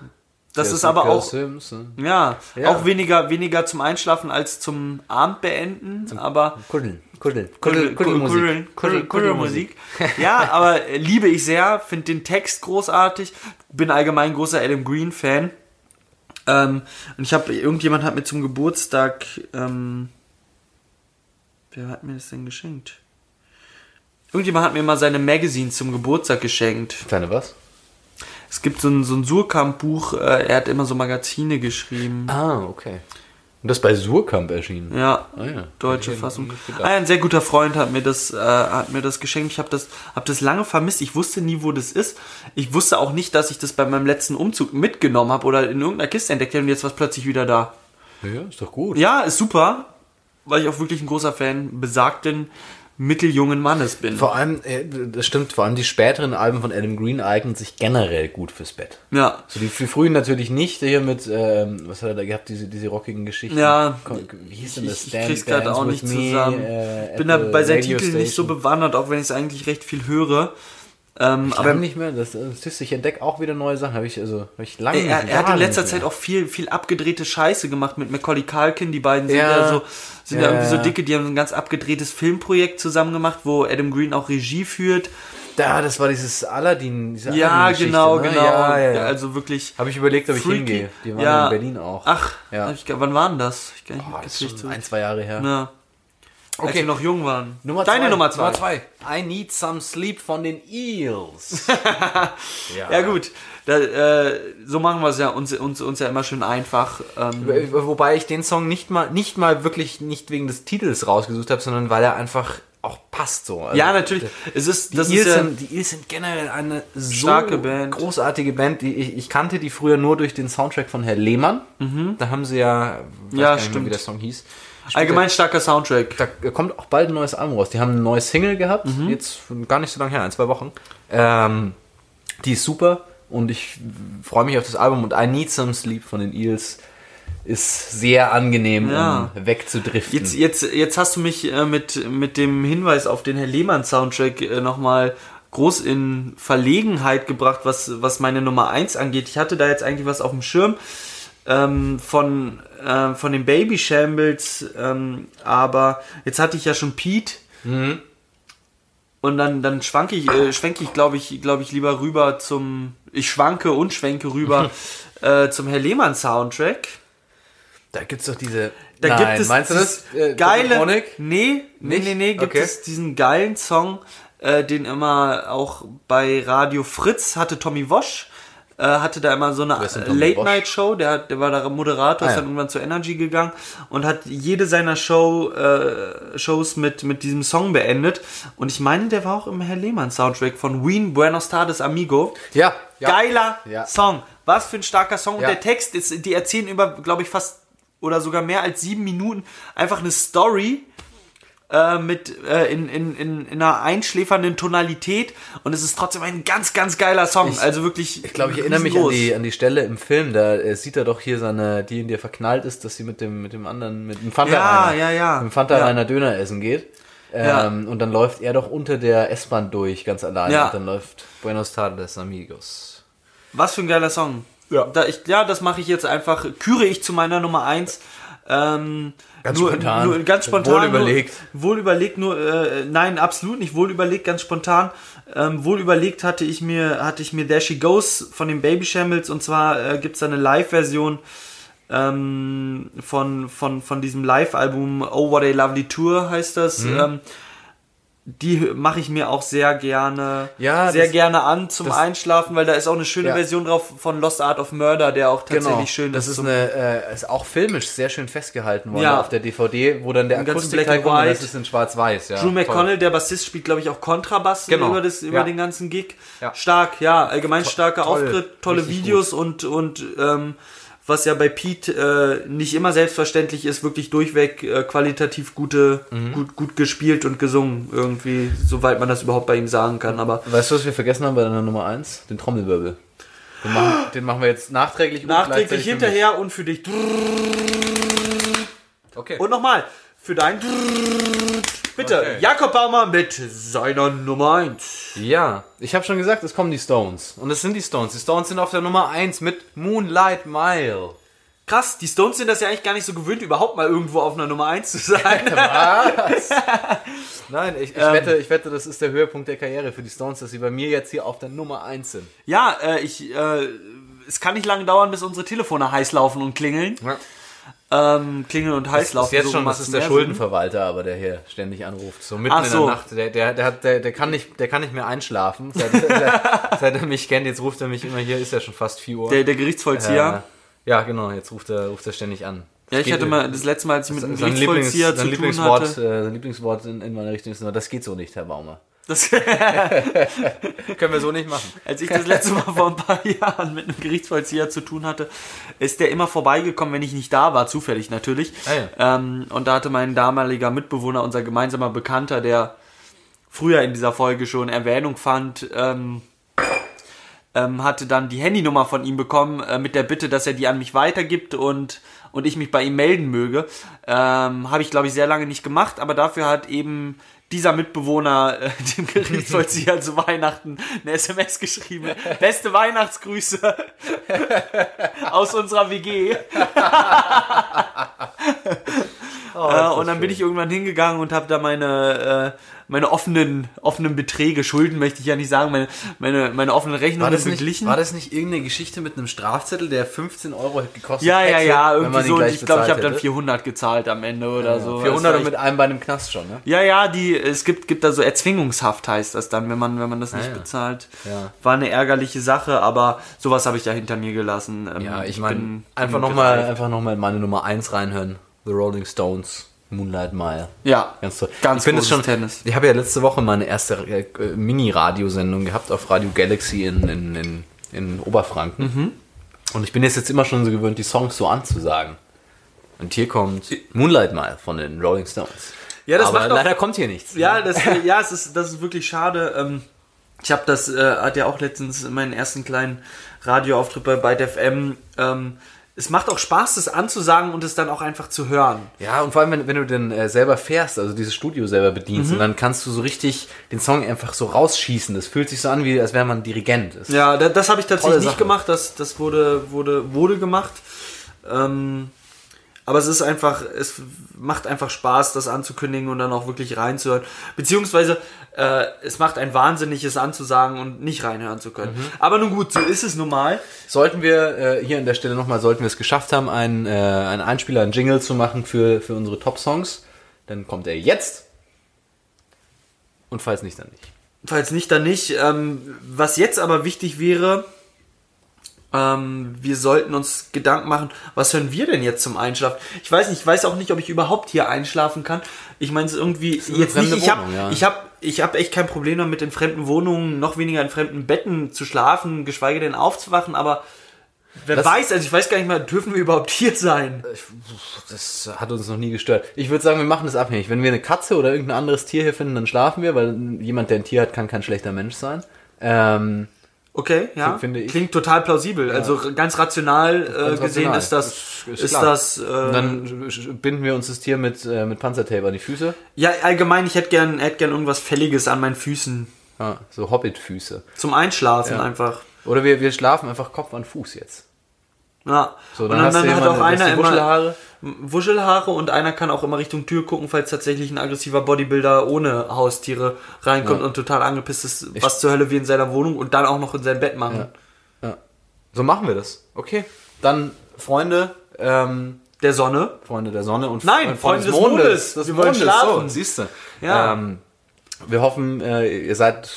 B: Das ist aber auch
E: Simpson.
B: ja,
E: Ja.
B: auch weniger weniger zum Einschlafen als zum Abendbeenden, aber
E: Kuddeln, kuddeln,
B: Kuddel-
E: kuddeln,
B: Kuddel- Kuddel- Kuddelmusik. *laughs* Ja, aber äh, liebe ich sehr, finde den Text großartig, bin allgemein großer Adam Green Fan. Ähm, und ich habe, irgendjemand hat mir zum Geburtstag, ähm, wer hat mir das denn geschenkt? Irgendjemand hat mir mal seine Magazines zum Geburtstag geschenkt.
E: Kleine was?
B: Es gibt so ein, so ein Surkamp-Buch, äh, er hat immer so Magazine geschrieben.
E: Ah, okay. Und das bei Surkamp erschienen.
B: Ja,
E: Ah ja.
B: deutsche
E: Hätte ich
B: Fassung.
E: nicht gedacht.
B: Ah, ein sehr guter Freund hat mir das, äh, hat mir das geschenkt. Ich habe das, hab das lange vermisst. Ich wusste nie, wo das ist. Ich wusste auch nicht, dass ich das bei meinem letzten Umzug mitgenommen habe oder in irgendeiner Kiste entdeckt habe und jetzt war es plötzlich wieder da.
E: Ja, ist doch gut.
B: Ja, ist super, weil ich auch wirklich ein großer Fan besagten mitteljungen Mannes bin.
E: Vor allem, äh, das stimmt, vor allem die späteren Alben von Adam Green eignen sich generell gut fürs Bett.
B: Ja.
E: So Also die für frühen natürlich nicht, hier mit, ähm, was hat er da gehabt, diese, diese rockigen Geschichten.
B: Ja,
E: Kon- wie hieß denn das?
B: Ich, ich
E: Dance-
B: krieg's gerade
E: Dance
B: auch
E: with
B: nicht
E: Me,
B: zusammen.
E: äh,
B: bin da
E: Apple
B: bei seinen
E: Radio
B: Titeln nicht so
E: Station.
B: bewandert, auch wenn ich es eigentlich recht viel höre. Ähm,
E: Aber
B: aber
E: nicht mehr, das, das ist, ich entdecke auch wieder neue Sachen, habe ich, also, habe ich lange
B: Ey, Äh, er, er hat in
E: Jahre
B: letzter
E: nicht
B: Zeit
E: mehr.
B: auch viel, viel abgedrehte Scheiße gemacht mit Macaulay Culkin. Die beiden sind ja,
E: Ja.
B: so, sind ja.
E: Ja.
B: irgendwie so dicke. Die haben ein ganz abgedrehtes Filmprojekt zusammen gemacht, wo Adam Green auch Regie führt.
E: Da, das war dieses Aladdin, diese
B: Ja,
E: Aladdin-Geschichte,
B: genau,
E: ne?
B: genau.
E: Ja, ja, ja.
B: Also wirklich.
E: habe ich überlegt, ob ich
B: freaky.
E: hingehe. Die waren in Berlin auch.
B: Ach,
E: Ja.
B: hab ich, ge- wann waren das? Ich kann nicht
E: Boah, das ist
B: mitgekriegt
E: schon
B: so.
E: ein, zwei Jahre her.
B: Ja. Okay. Als wir noch jung waren.
E: Nummer
B: Ne. Deine
E: zwei.
B: Nummer zwei.
E: Nummer zwei. I need some sleep von den Eels.
B: *laughs* Ja, gut. Da, äh, so machen wir es ja uns, uns, uns ja immer schön einfach. Ähm,
E: Wobei ich den Song nicht mal, nicht mal wirklich nicht wegen des Titels rausgesucht habe, sondern weil er einfach auch passt so. Also,
B: ja, natürlich. Es ist,
E: Die,
B: das
E: Eels
B: ist ja,
E: sind, die Eels sind generell eine so
B: Starke Band.
E: großartige Band. Die, ich, ich kannte die früher nur durch den Soundtrack von Herr Lehmann. Da haben sie ja, weiß
B: Mhm. Ja,
E: gar nicht mehr,
B: stimmt.
E: wie der Song hieß.
B: allgemein starker Soundtrack.
E: Da kommt auch bald ein neues Album raus. Die haben eine neue Single gehabt,
B: Mhm.
E: jetzt gar nicht so lange her, ein, zwei Wochen. Ähm, die ist super und ich freue mich auf das Album und I Need Some Sleep von den Eels ist sehr angenehm,
B: Ja.
E: um wegzudriften.
B: Jetzt, jetzt, jetzt hast du mich äh, mit, mit dem Hinweis auf den Herr Lehmann-Soundtrack äh, nochmal groß in Verlegenheit gebracht, was, was meine Nummer 1 angeht. Ich hatte da jetzt eigentlich was auf dem Schirm ähm, von, äh, von den Baby Shambles, ähm, aber jetzt hatte ich ja schon Pete. Und dann, dann schwanke ich, äh, schwenke ich, glaube ich, glaube ich, lieber rüber zum. Ich schwanke und schwenke rüber äh, zum Herr Lehmann Soundtrack.
E: da gibt's doch diese.
B: Da
E: Nein,
B: gibt es
E: meinst du das?
B: dieses
E: Äh,
B: geile.
E: Chronic?
B: Nee, nee,
E: Nicht?
B: nee, nee, gibt
E: Okay.
B: es diesen geilen Song, äh, den immer auch bei Radio Fritz hatte Tommy Wosch. äh, Hatte da immer so eine
E: ist denn Tommy
B: Late-Night-Show, der, hat- der war da Moderator,
E: Ah,
B: ist
E: ja.
B: dann irgendwann zu Energy gegangen und hat jede seiner Show, äh, Shows mit, mit diesem Song beendet. Und ich meine, der war auch im Herr Lehmann-Soundtrack von Wien Buenos Tardes Amigo.
E: Ja, ja.
B: Geiler
E: Ja.
B: Song. Was für ein starker Song. Und
E: Ja.
B: der Text ist, die erzählen über, glaube ich, fast oder sogar mehr als sieben Minuten einfach eine Story. äh, mit äh, in, in, in, in einer einschläfernden Tonalität und es ist trotzdem ein ganz, ganz geiler Song. also wirklich.
E: Ich glaube, ich erinnere mich an die, an die Stelle im Film, da äh, sieht er doch hier seine, die in dir verknallt ist, dass sie mit dem, mit dem anderen, mit dem Fanta
B: Ja,
E: Rainer-
B: ja, ja.
E: mit dem Fanta
B: Ja.
E: Rainer Döner essen geht. Ähm,
B: Ja.
E: Und dann läuft er doch unter der S-Bahn durch, ganz alleine.
B: Ja.
E: Und dann läuft Buenos Tardes, Amigos.
B: Was für ein geiler Song. Ja, da ich, ja das mache ich jetzt einfach, küre ich zu meiner Nummer 1. Ähm, ganz
E: spontan.
B: Nur, ganz spontan.
E: Wohl überlegt.
B: Nur, wohl überlegt, nur, äh, nein, absolut nicht wohl überlegt, ganz spontan. Ähm, wohl überlegt hatte ich mir, hatte ich mir There She Goes von den Baby Shambles und zwar äh, gibt es da eine Live-Version ähm, von, von, von diesem Live-Album Oh What a Lovely Tour heißt das.
E: Mhm.
B: Ähm, die mache ich mir auch sehr gerne,
E: Ja,
B: sehr
E: das-
B: gerne an zum Einschlafen, weil da ist auch eine schöne
E: Ja. Genau.
B: Version drauf von Lost Art of Murder, der auch tatsächlich schön
E: das ist
B: so-
E: eine, äh, ist auch filmisch sehr schön festgehalten worden
B: Ja.
E: auf der DVD, wo dann der
B: Im ganzen
E: Akustikteil
B: Black and
E: kommt und das
B: White.
E: ist in schwarz-weiß. Ja,
B: Drew
E: Toll.
B: McConnell, der Bassist, spielt, glaube ich, auch Kontrabass
E: Genau.
B: über, das, über
E: Ja.
B: den ganzen Gig.
E: Ja.
B: Stark, ja, allgemein starker
E: toll.
B: Auftritt, tolle
E: Richtig
B: Videos und, und ähm, was ja bei Pete äh, nicht immer selbstverständlich ist, wirklich durchweg äh, qualitativ gute,
E: Mhm.
B: gut, gut gespielt und gesungen, irgendwie, soweit man das überhaupt bei ihm sagen kann. Aber
E: Weißt du, was wir vergessen haben bei deiner Nummer 1? Den Trommelwirbel. Den machen, den machen wir jetzt nachträglich. und
B: nachträglich
E: gleichzeitig
B: hinterher und für dich.
E: für mich. Okay.
B: Und nochmal, für dein. Bitte,
E: Okay.
B: Jakob Baumer mit seiner Nummer 1.
E: ja, ich habe schon gesagt, es kommen die Stones. Und es sind die Stones. Die Stones sind auf der Nummer 1 mit Moonlight Mile.
B: Krass, die Stones sind das ja eigentlich gar nicht so gewöhnt, überhaupt mal irgendwo auf einer Nummer 1 zu
E: *laughs*
B: sein.
E: Nein, ich, ich,
B: Ähm.
E: wette, ich wette, das ist der Höhepunkt der Karriere für die Stones, dass sie bei mir jetzt hier auf der Nummer 1 sind.
B: ja, äh, ich. Äh, es kann nicht lange dauern, bis unsere Telefone heiß laufen und klingeln.
E: Ja.
B: Ähm, klingeln und heiß laufen.
E: Das ist jetzt
B: so
E: schon,
B: macht's
E: das ist der
B: mehr
E: Schuldenverwalter, aber der hier ständig anruft. So mitten
B: Ach
E: in
B: so.
E: der Nacht. Der, der, der, hat, der, der, kann nicht, der kann nicht mehr einschlafen. Seit, *laughs* seit, seit er mich kennt, jetzt ruft er mich immer hier, ist ja schon fast 4 Uhr.
B: Sinn. Der, der Gerichtsvollzieher.
E: Äh, ja, genau, jetzt ruft er, ruft er ständig an.
B: ja, ich
E: geht-
B: hatte mal das letzte Mal, als ich mit einem
E: sein Lieblings,
B: Gerichtsvollzieher
E: sein
B: zu tun
E: Lieblingswort,
B: hatte.
E: äh, sein Lieblingswort in, in meiner Richtung ist immer, das geht so nicht, Herr
B: *laughs*
E: Baumer.
B: Das,
E: Können wir so nicht machen.
B: Als ich das letzte Mal vor ein paar *laughs* Jahren mit einem Gerichtsvollzieher zu tun hatte, ist der immer vorbeigekommen, wenn ich nicht da war, zufällig natürlich.
E: Ah
B: ähm, und da hatte mein damaliger Mitbewohner, unser gemeinsamer Bekannter, der früher in dieser Folge schon Erwähnung fand, ähm, ähm, hatte dann die Handynummer von ihm bekommen, äh, mit der Bitte, dass er die an mich weitergibt und, und ich mich bei ihm melden möge. Ähm, Habe ich, glaube ich, sehr lange nicht gemacht, aber dafür hat eben dieser Mitbewohner äh, *laughs* dem Gerichtsvollzieher zu also Weihnachten eine SMS geschrieben. Beste Weihnachtsgrüße *laughs* aus unserer WG. äh, und dann bin ich irgendwann hingegangen und habe da meine, äh, meine offenen, offenen Beträge, Schulden möchte ich ja nicht sagen, meine, meine, meine offenen Rechnungen
E: War das, nicht,
B: beglichen.
E: war das nicht irgendeine Geschichte mit einem Strafzettel, der 15 Euro gekostet
B: ja, ja,
E: hätte,
B: ja,
E: wenn man
B: irgendwie
E: ihn
B: so. Und ich glaube,
E: gleich
B: ich
E: bezahlt
B: habe dann
E: hätte?
B: 400 gezahlt am Ende oder so. Also Das
E: 400
B: war
E: und mit
B: echt-
E: einem Bein im Knast schon, ne?
B: ja, ja, die, es gibt, gibt da so Erzwingungshaft heißt das dann, wenn man, wenn man das nicht
E: ja.
B: bezahlt.
E: Ja.
B: War eine ärgerliche Sache, aber sowas habe ich ja hinter mir gelassen. Ähm,
E: Ja, ich
B: bin-
E: meine, einfach
B: bin
E: nochmal
B: gereift.
E: einfach noch mal in meine Nummer 1 reinhören. The Rolling Stones, Moonlight Mile.
B: Ja,
E: Ganz toll.
B: Ganz
E: ich finde es
B: großes
E: schon,
B: Tennis.
E: Ich habe ja letzte Woche meine erste äh, äh, Mini-Radiosendung gehabt auf Radio Galaxy in, in, in, in Oberfranken.
B: Mhm.
E: Und ich bin jetzt, jetzt immer schon so gewöhnt, die Songs so anzusagen. Und hier kommt Moonlight Mile von den Rolling Stones.
B: Ja, das
E: Aber
B: macht auch-
E: leider kommt hier nichts.
B: Ja, das, ja, es ist, das ist wirklich schade. Ähm, ich habe das, äh, hat ja auch letztens meinen ersten kleinen Radioauftritt bei Byte FM. Ähm, es macht auch Spaß, das anzusagen und es dann auch einfach zu hören.
E: Ja, und vor allem, wenn, wenn du den äh, selber fährst, also dieses Studio selber bedienst,
B: Mhm.
E: und dann kannst du so richtig den Song einfach so rausschießen. Das fühlt sich so an, wie als wäre man Dirigent. Es-
B: Ja, da, das habe ich
E: Tolle
B: tatsächlich nicht
E: Sache.
B: gemacht. Das, das wurde, wurde, wurde gemacht. Ähm, aber es ist einfach, es macht einfach Spaß, das anzukündigen und dann auch wirklich reinzuhören. Beziehungsweise äh, es macht ein wahnsinniges anzusagen und nicht reinhören zu können.
E: Mhm.
B: Aber nun gut, so ist es nun mal.
E: Sollten wir äh, hier an der Stelle nochmal, sollten wir es geschafft haben, einen, äh, einen Einspieler, einen Jingle zu machen für, für unsere Top-Songs, dann kommt er jetzt. Und falls nicht, dann nicht.
B: Falls nicht, dann nicht. Ähm, was jetzt aber wichtig wäre, ähm, wir sollten uns Gedanken machen, was hören wir denn jetzt zum Einschlafen? Ich weiß nicht, ich weiß auch nicht, ob ich überhaupt hier einschlafen kann. Ich meine, es ist irgendwie
E: eine
B: jetzt nicht.
E: fremde
B: Ich habe
E: Wohnung, ja.
B: ich hab, ich hab echt kein Problem damit, in fremden Wohnungen, noch weniger in fremden Betten zu schlafen, geschweige denn aufzuwachen, aber Wer
E: Das- Äh,
B: weiß, also ich weiß gar nicht mal, dürfen wir überhaupt hier sein?
E: Das hat uns noch nie gestört. Ich würde sagen, wir machen das abhängig. Wenn wir eine Katze oder irgendein anderes Tier hier finden, dann schlafen wir, weil jemand, der ein Tier hat, kann kein schlechter Mensch sein. Ähm,
B: Okay, ja.
E: Finde ich.
B: Klingt total plausibel. Also ganz rational äh, gesehen
E: rational.
B: ist das,
E: Ist-
B: ist,
E: ist klar.
B: das, äh,
E: und dann sch- sch- binden wir uns das Tier mit, äh, mit Panzertape an die Füße.
B: ja, allgemein, ich hätte gern, hätte gern irgendwas Fälliges an meinen Füßen.
E: Ja, Ah, so Hobbit-Füße.
B: Zum Einschlafen einfach.
E: Oder wir, wir schlafen einfach Kopf an Fuß jetzt.
B: Ja.
E: So,
B: und dann, dann hat
E: jemanden,
B: auch
E: der lässt
B: einer
E: die
B: immer
E: Wuschelhaare.
B: Wuschelhaare und einer kann auch immer Richtung Tür gucken, falls tatsächlich ein aggressiver Bodybuilder ohne Haustiere reinkommt und total angepisst ist, was zur Hölle wir in seiner Wohnung und dann auch noch in seinem Bett machen.
E: So machen wir das. Okay. Dann, Freunde, ähm,
B: Der Sonne.
E: Freunde der Sonne und
B: Nein,
E: und
B: Freunde des Mondes.
E: Des
B: Wir wollen
E: Mondes.
B: schlafen.
E: So, siehst du.
B: Ja.
E: Ähm, wir hoffen, äh, ihr seid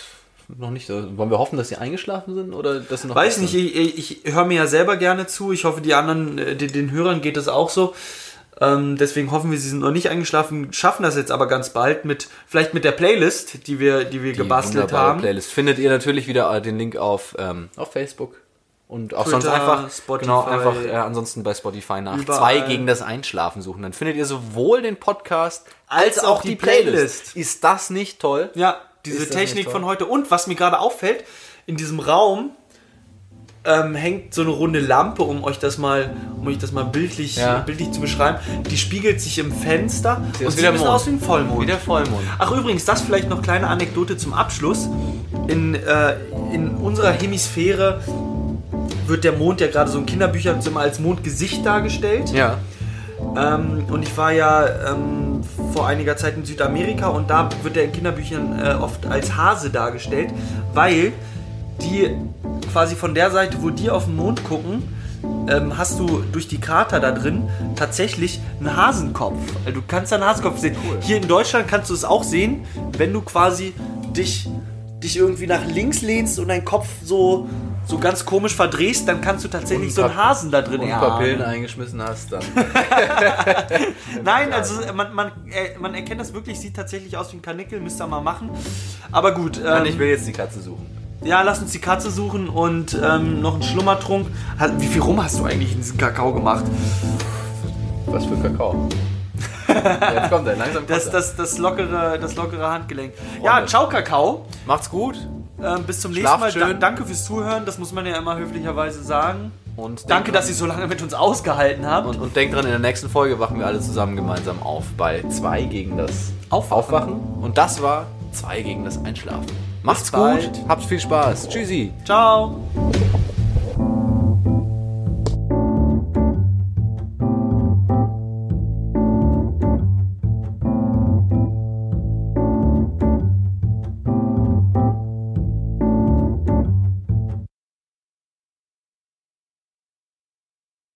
E: noch nicht. äh, Wollen wir hoffen, dass ihr eingeschlafen sind oder dass ihr noch
B: Weiß
E: wach
B: nicht,
E: sind?
B: ich, ich, ich höre mir ja selber gerne zu. Ich hoffe, die anderen, äh, den, den Hörern geht es auch so. Ähm, deswegen hoffen wir, sie sind noch nicht eingeschlafen, schaffen das jetzt aber ganz bald mit, vielleicht mit der Playlist, die wir, die wir
E: Die
B: gebastelt
E: wunderbare
B: haben.
E: Playlist findet ihr natürlich wieder äh, den Link auf, ähm, auf Facebook und auch
B: Twitter,
E: sonst einfach
B: Spotify.
E: genau einfach äh, ansonsten bei Spotify nach
B: Überall.
E: zwei gegen das Einschlafen suchen. Dann findet ihr sowohl den Podcast als, auch, die Playlist. Ist das nicht toll?
B: Ja, diese
E: Ist das nicht
B: Technik
E: toll?
B: von heute. Und was mir gerade auffällt, in diesem Raum ähm, hängt so eine runde Lampe, um euch das mal, um euch das mal bildlich,
E: Ja.
B: bildlich zu beschreiben. Die spiegelt sich im Fenster
E: Sie
B: und
E: ist
B: sieht
E: wieder
B: ein bisschen
E: Mond.
B: aus wie ein Vollmond.
E: Wieder Vollmond.
B: Ach übrigens, das vielleicht noch kleine Anekdote zum Abschluss. In, äh, in unserer Hemisphäre wird der Mond ja gerade so in Kinderbüchern so immer als Mondgesicht dargestellt.
E: Ja.
B: Ähm, und ich war ja ähm, vor einiger Zeit in Südamerika und da wird er in Kinderbüchern äh, oft als Hase dargestellt, weil die quasi von der Seite, wo die auf den Mond gucken, ähm, hast du durch die Krater da drin tatsächlich einen Hasenkopf. Also du kannst da einen Hasenkopf sehen. Hier in Deutschland kannst du es auch sehen, wenn du quasi dich, dich irgendwie nach links lehnst und deinen Kopf so, so ganz komisch verdrehst, dann kannst du tatsächlich so einen
E: Pap-
B: Hasen da drin
E: Und ein
B: erahnen.
E: paar Pillen eingeschmissen hast, dann
B: Nein, also man, man, äh, man erkennt das wirklich, sieht tatsächlich aus wie ein Karnickel, müsst ihr mal machen. Aber gut,
E: Mann, ich
B: ähm,
E: will jetzt die Katze suchen.
B: ja, lass uns die Katze suchen und ähm, noch einen Schlummertrunk. Ha- Wie viel rum hast du eigentlich in diesen Kakao gemacht?
E: Was für *laughs* Kakao. jetzt kommt er, langsam kommt
B: Das,
E: er.
B: das, das, lockere, das lockere Handgelenk. Ja,
E: Freunde.
B: ciao Kakao.
E: Macht's gut
B: Ähm, bis zum nächsten
E: Schlaft
B: Mal. Da,
E: schön.
B: danke fürs Zuhören, das muss man ja immer höflicherweise sagen.
E: und
B: Danke,
E: denkt
B: dass ihr so lange mit uns ausgehalten habt.
E: dran, und, und denkt dran, in der nächsten Folge wachen wir alle zusammen gemeinsam auf bei 2 gegen das
B: Aufwachen.
E: Und das war 2 gegen das Einschlafen. Macht's
B: bald.
E: gut, habt viel Spaß. Tschüssi.
B: ciao.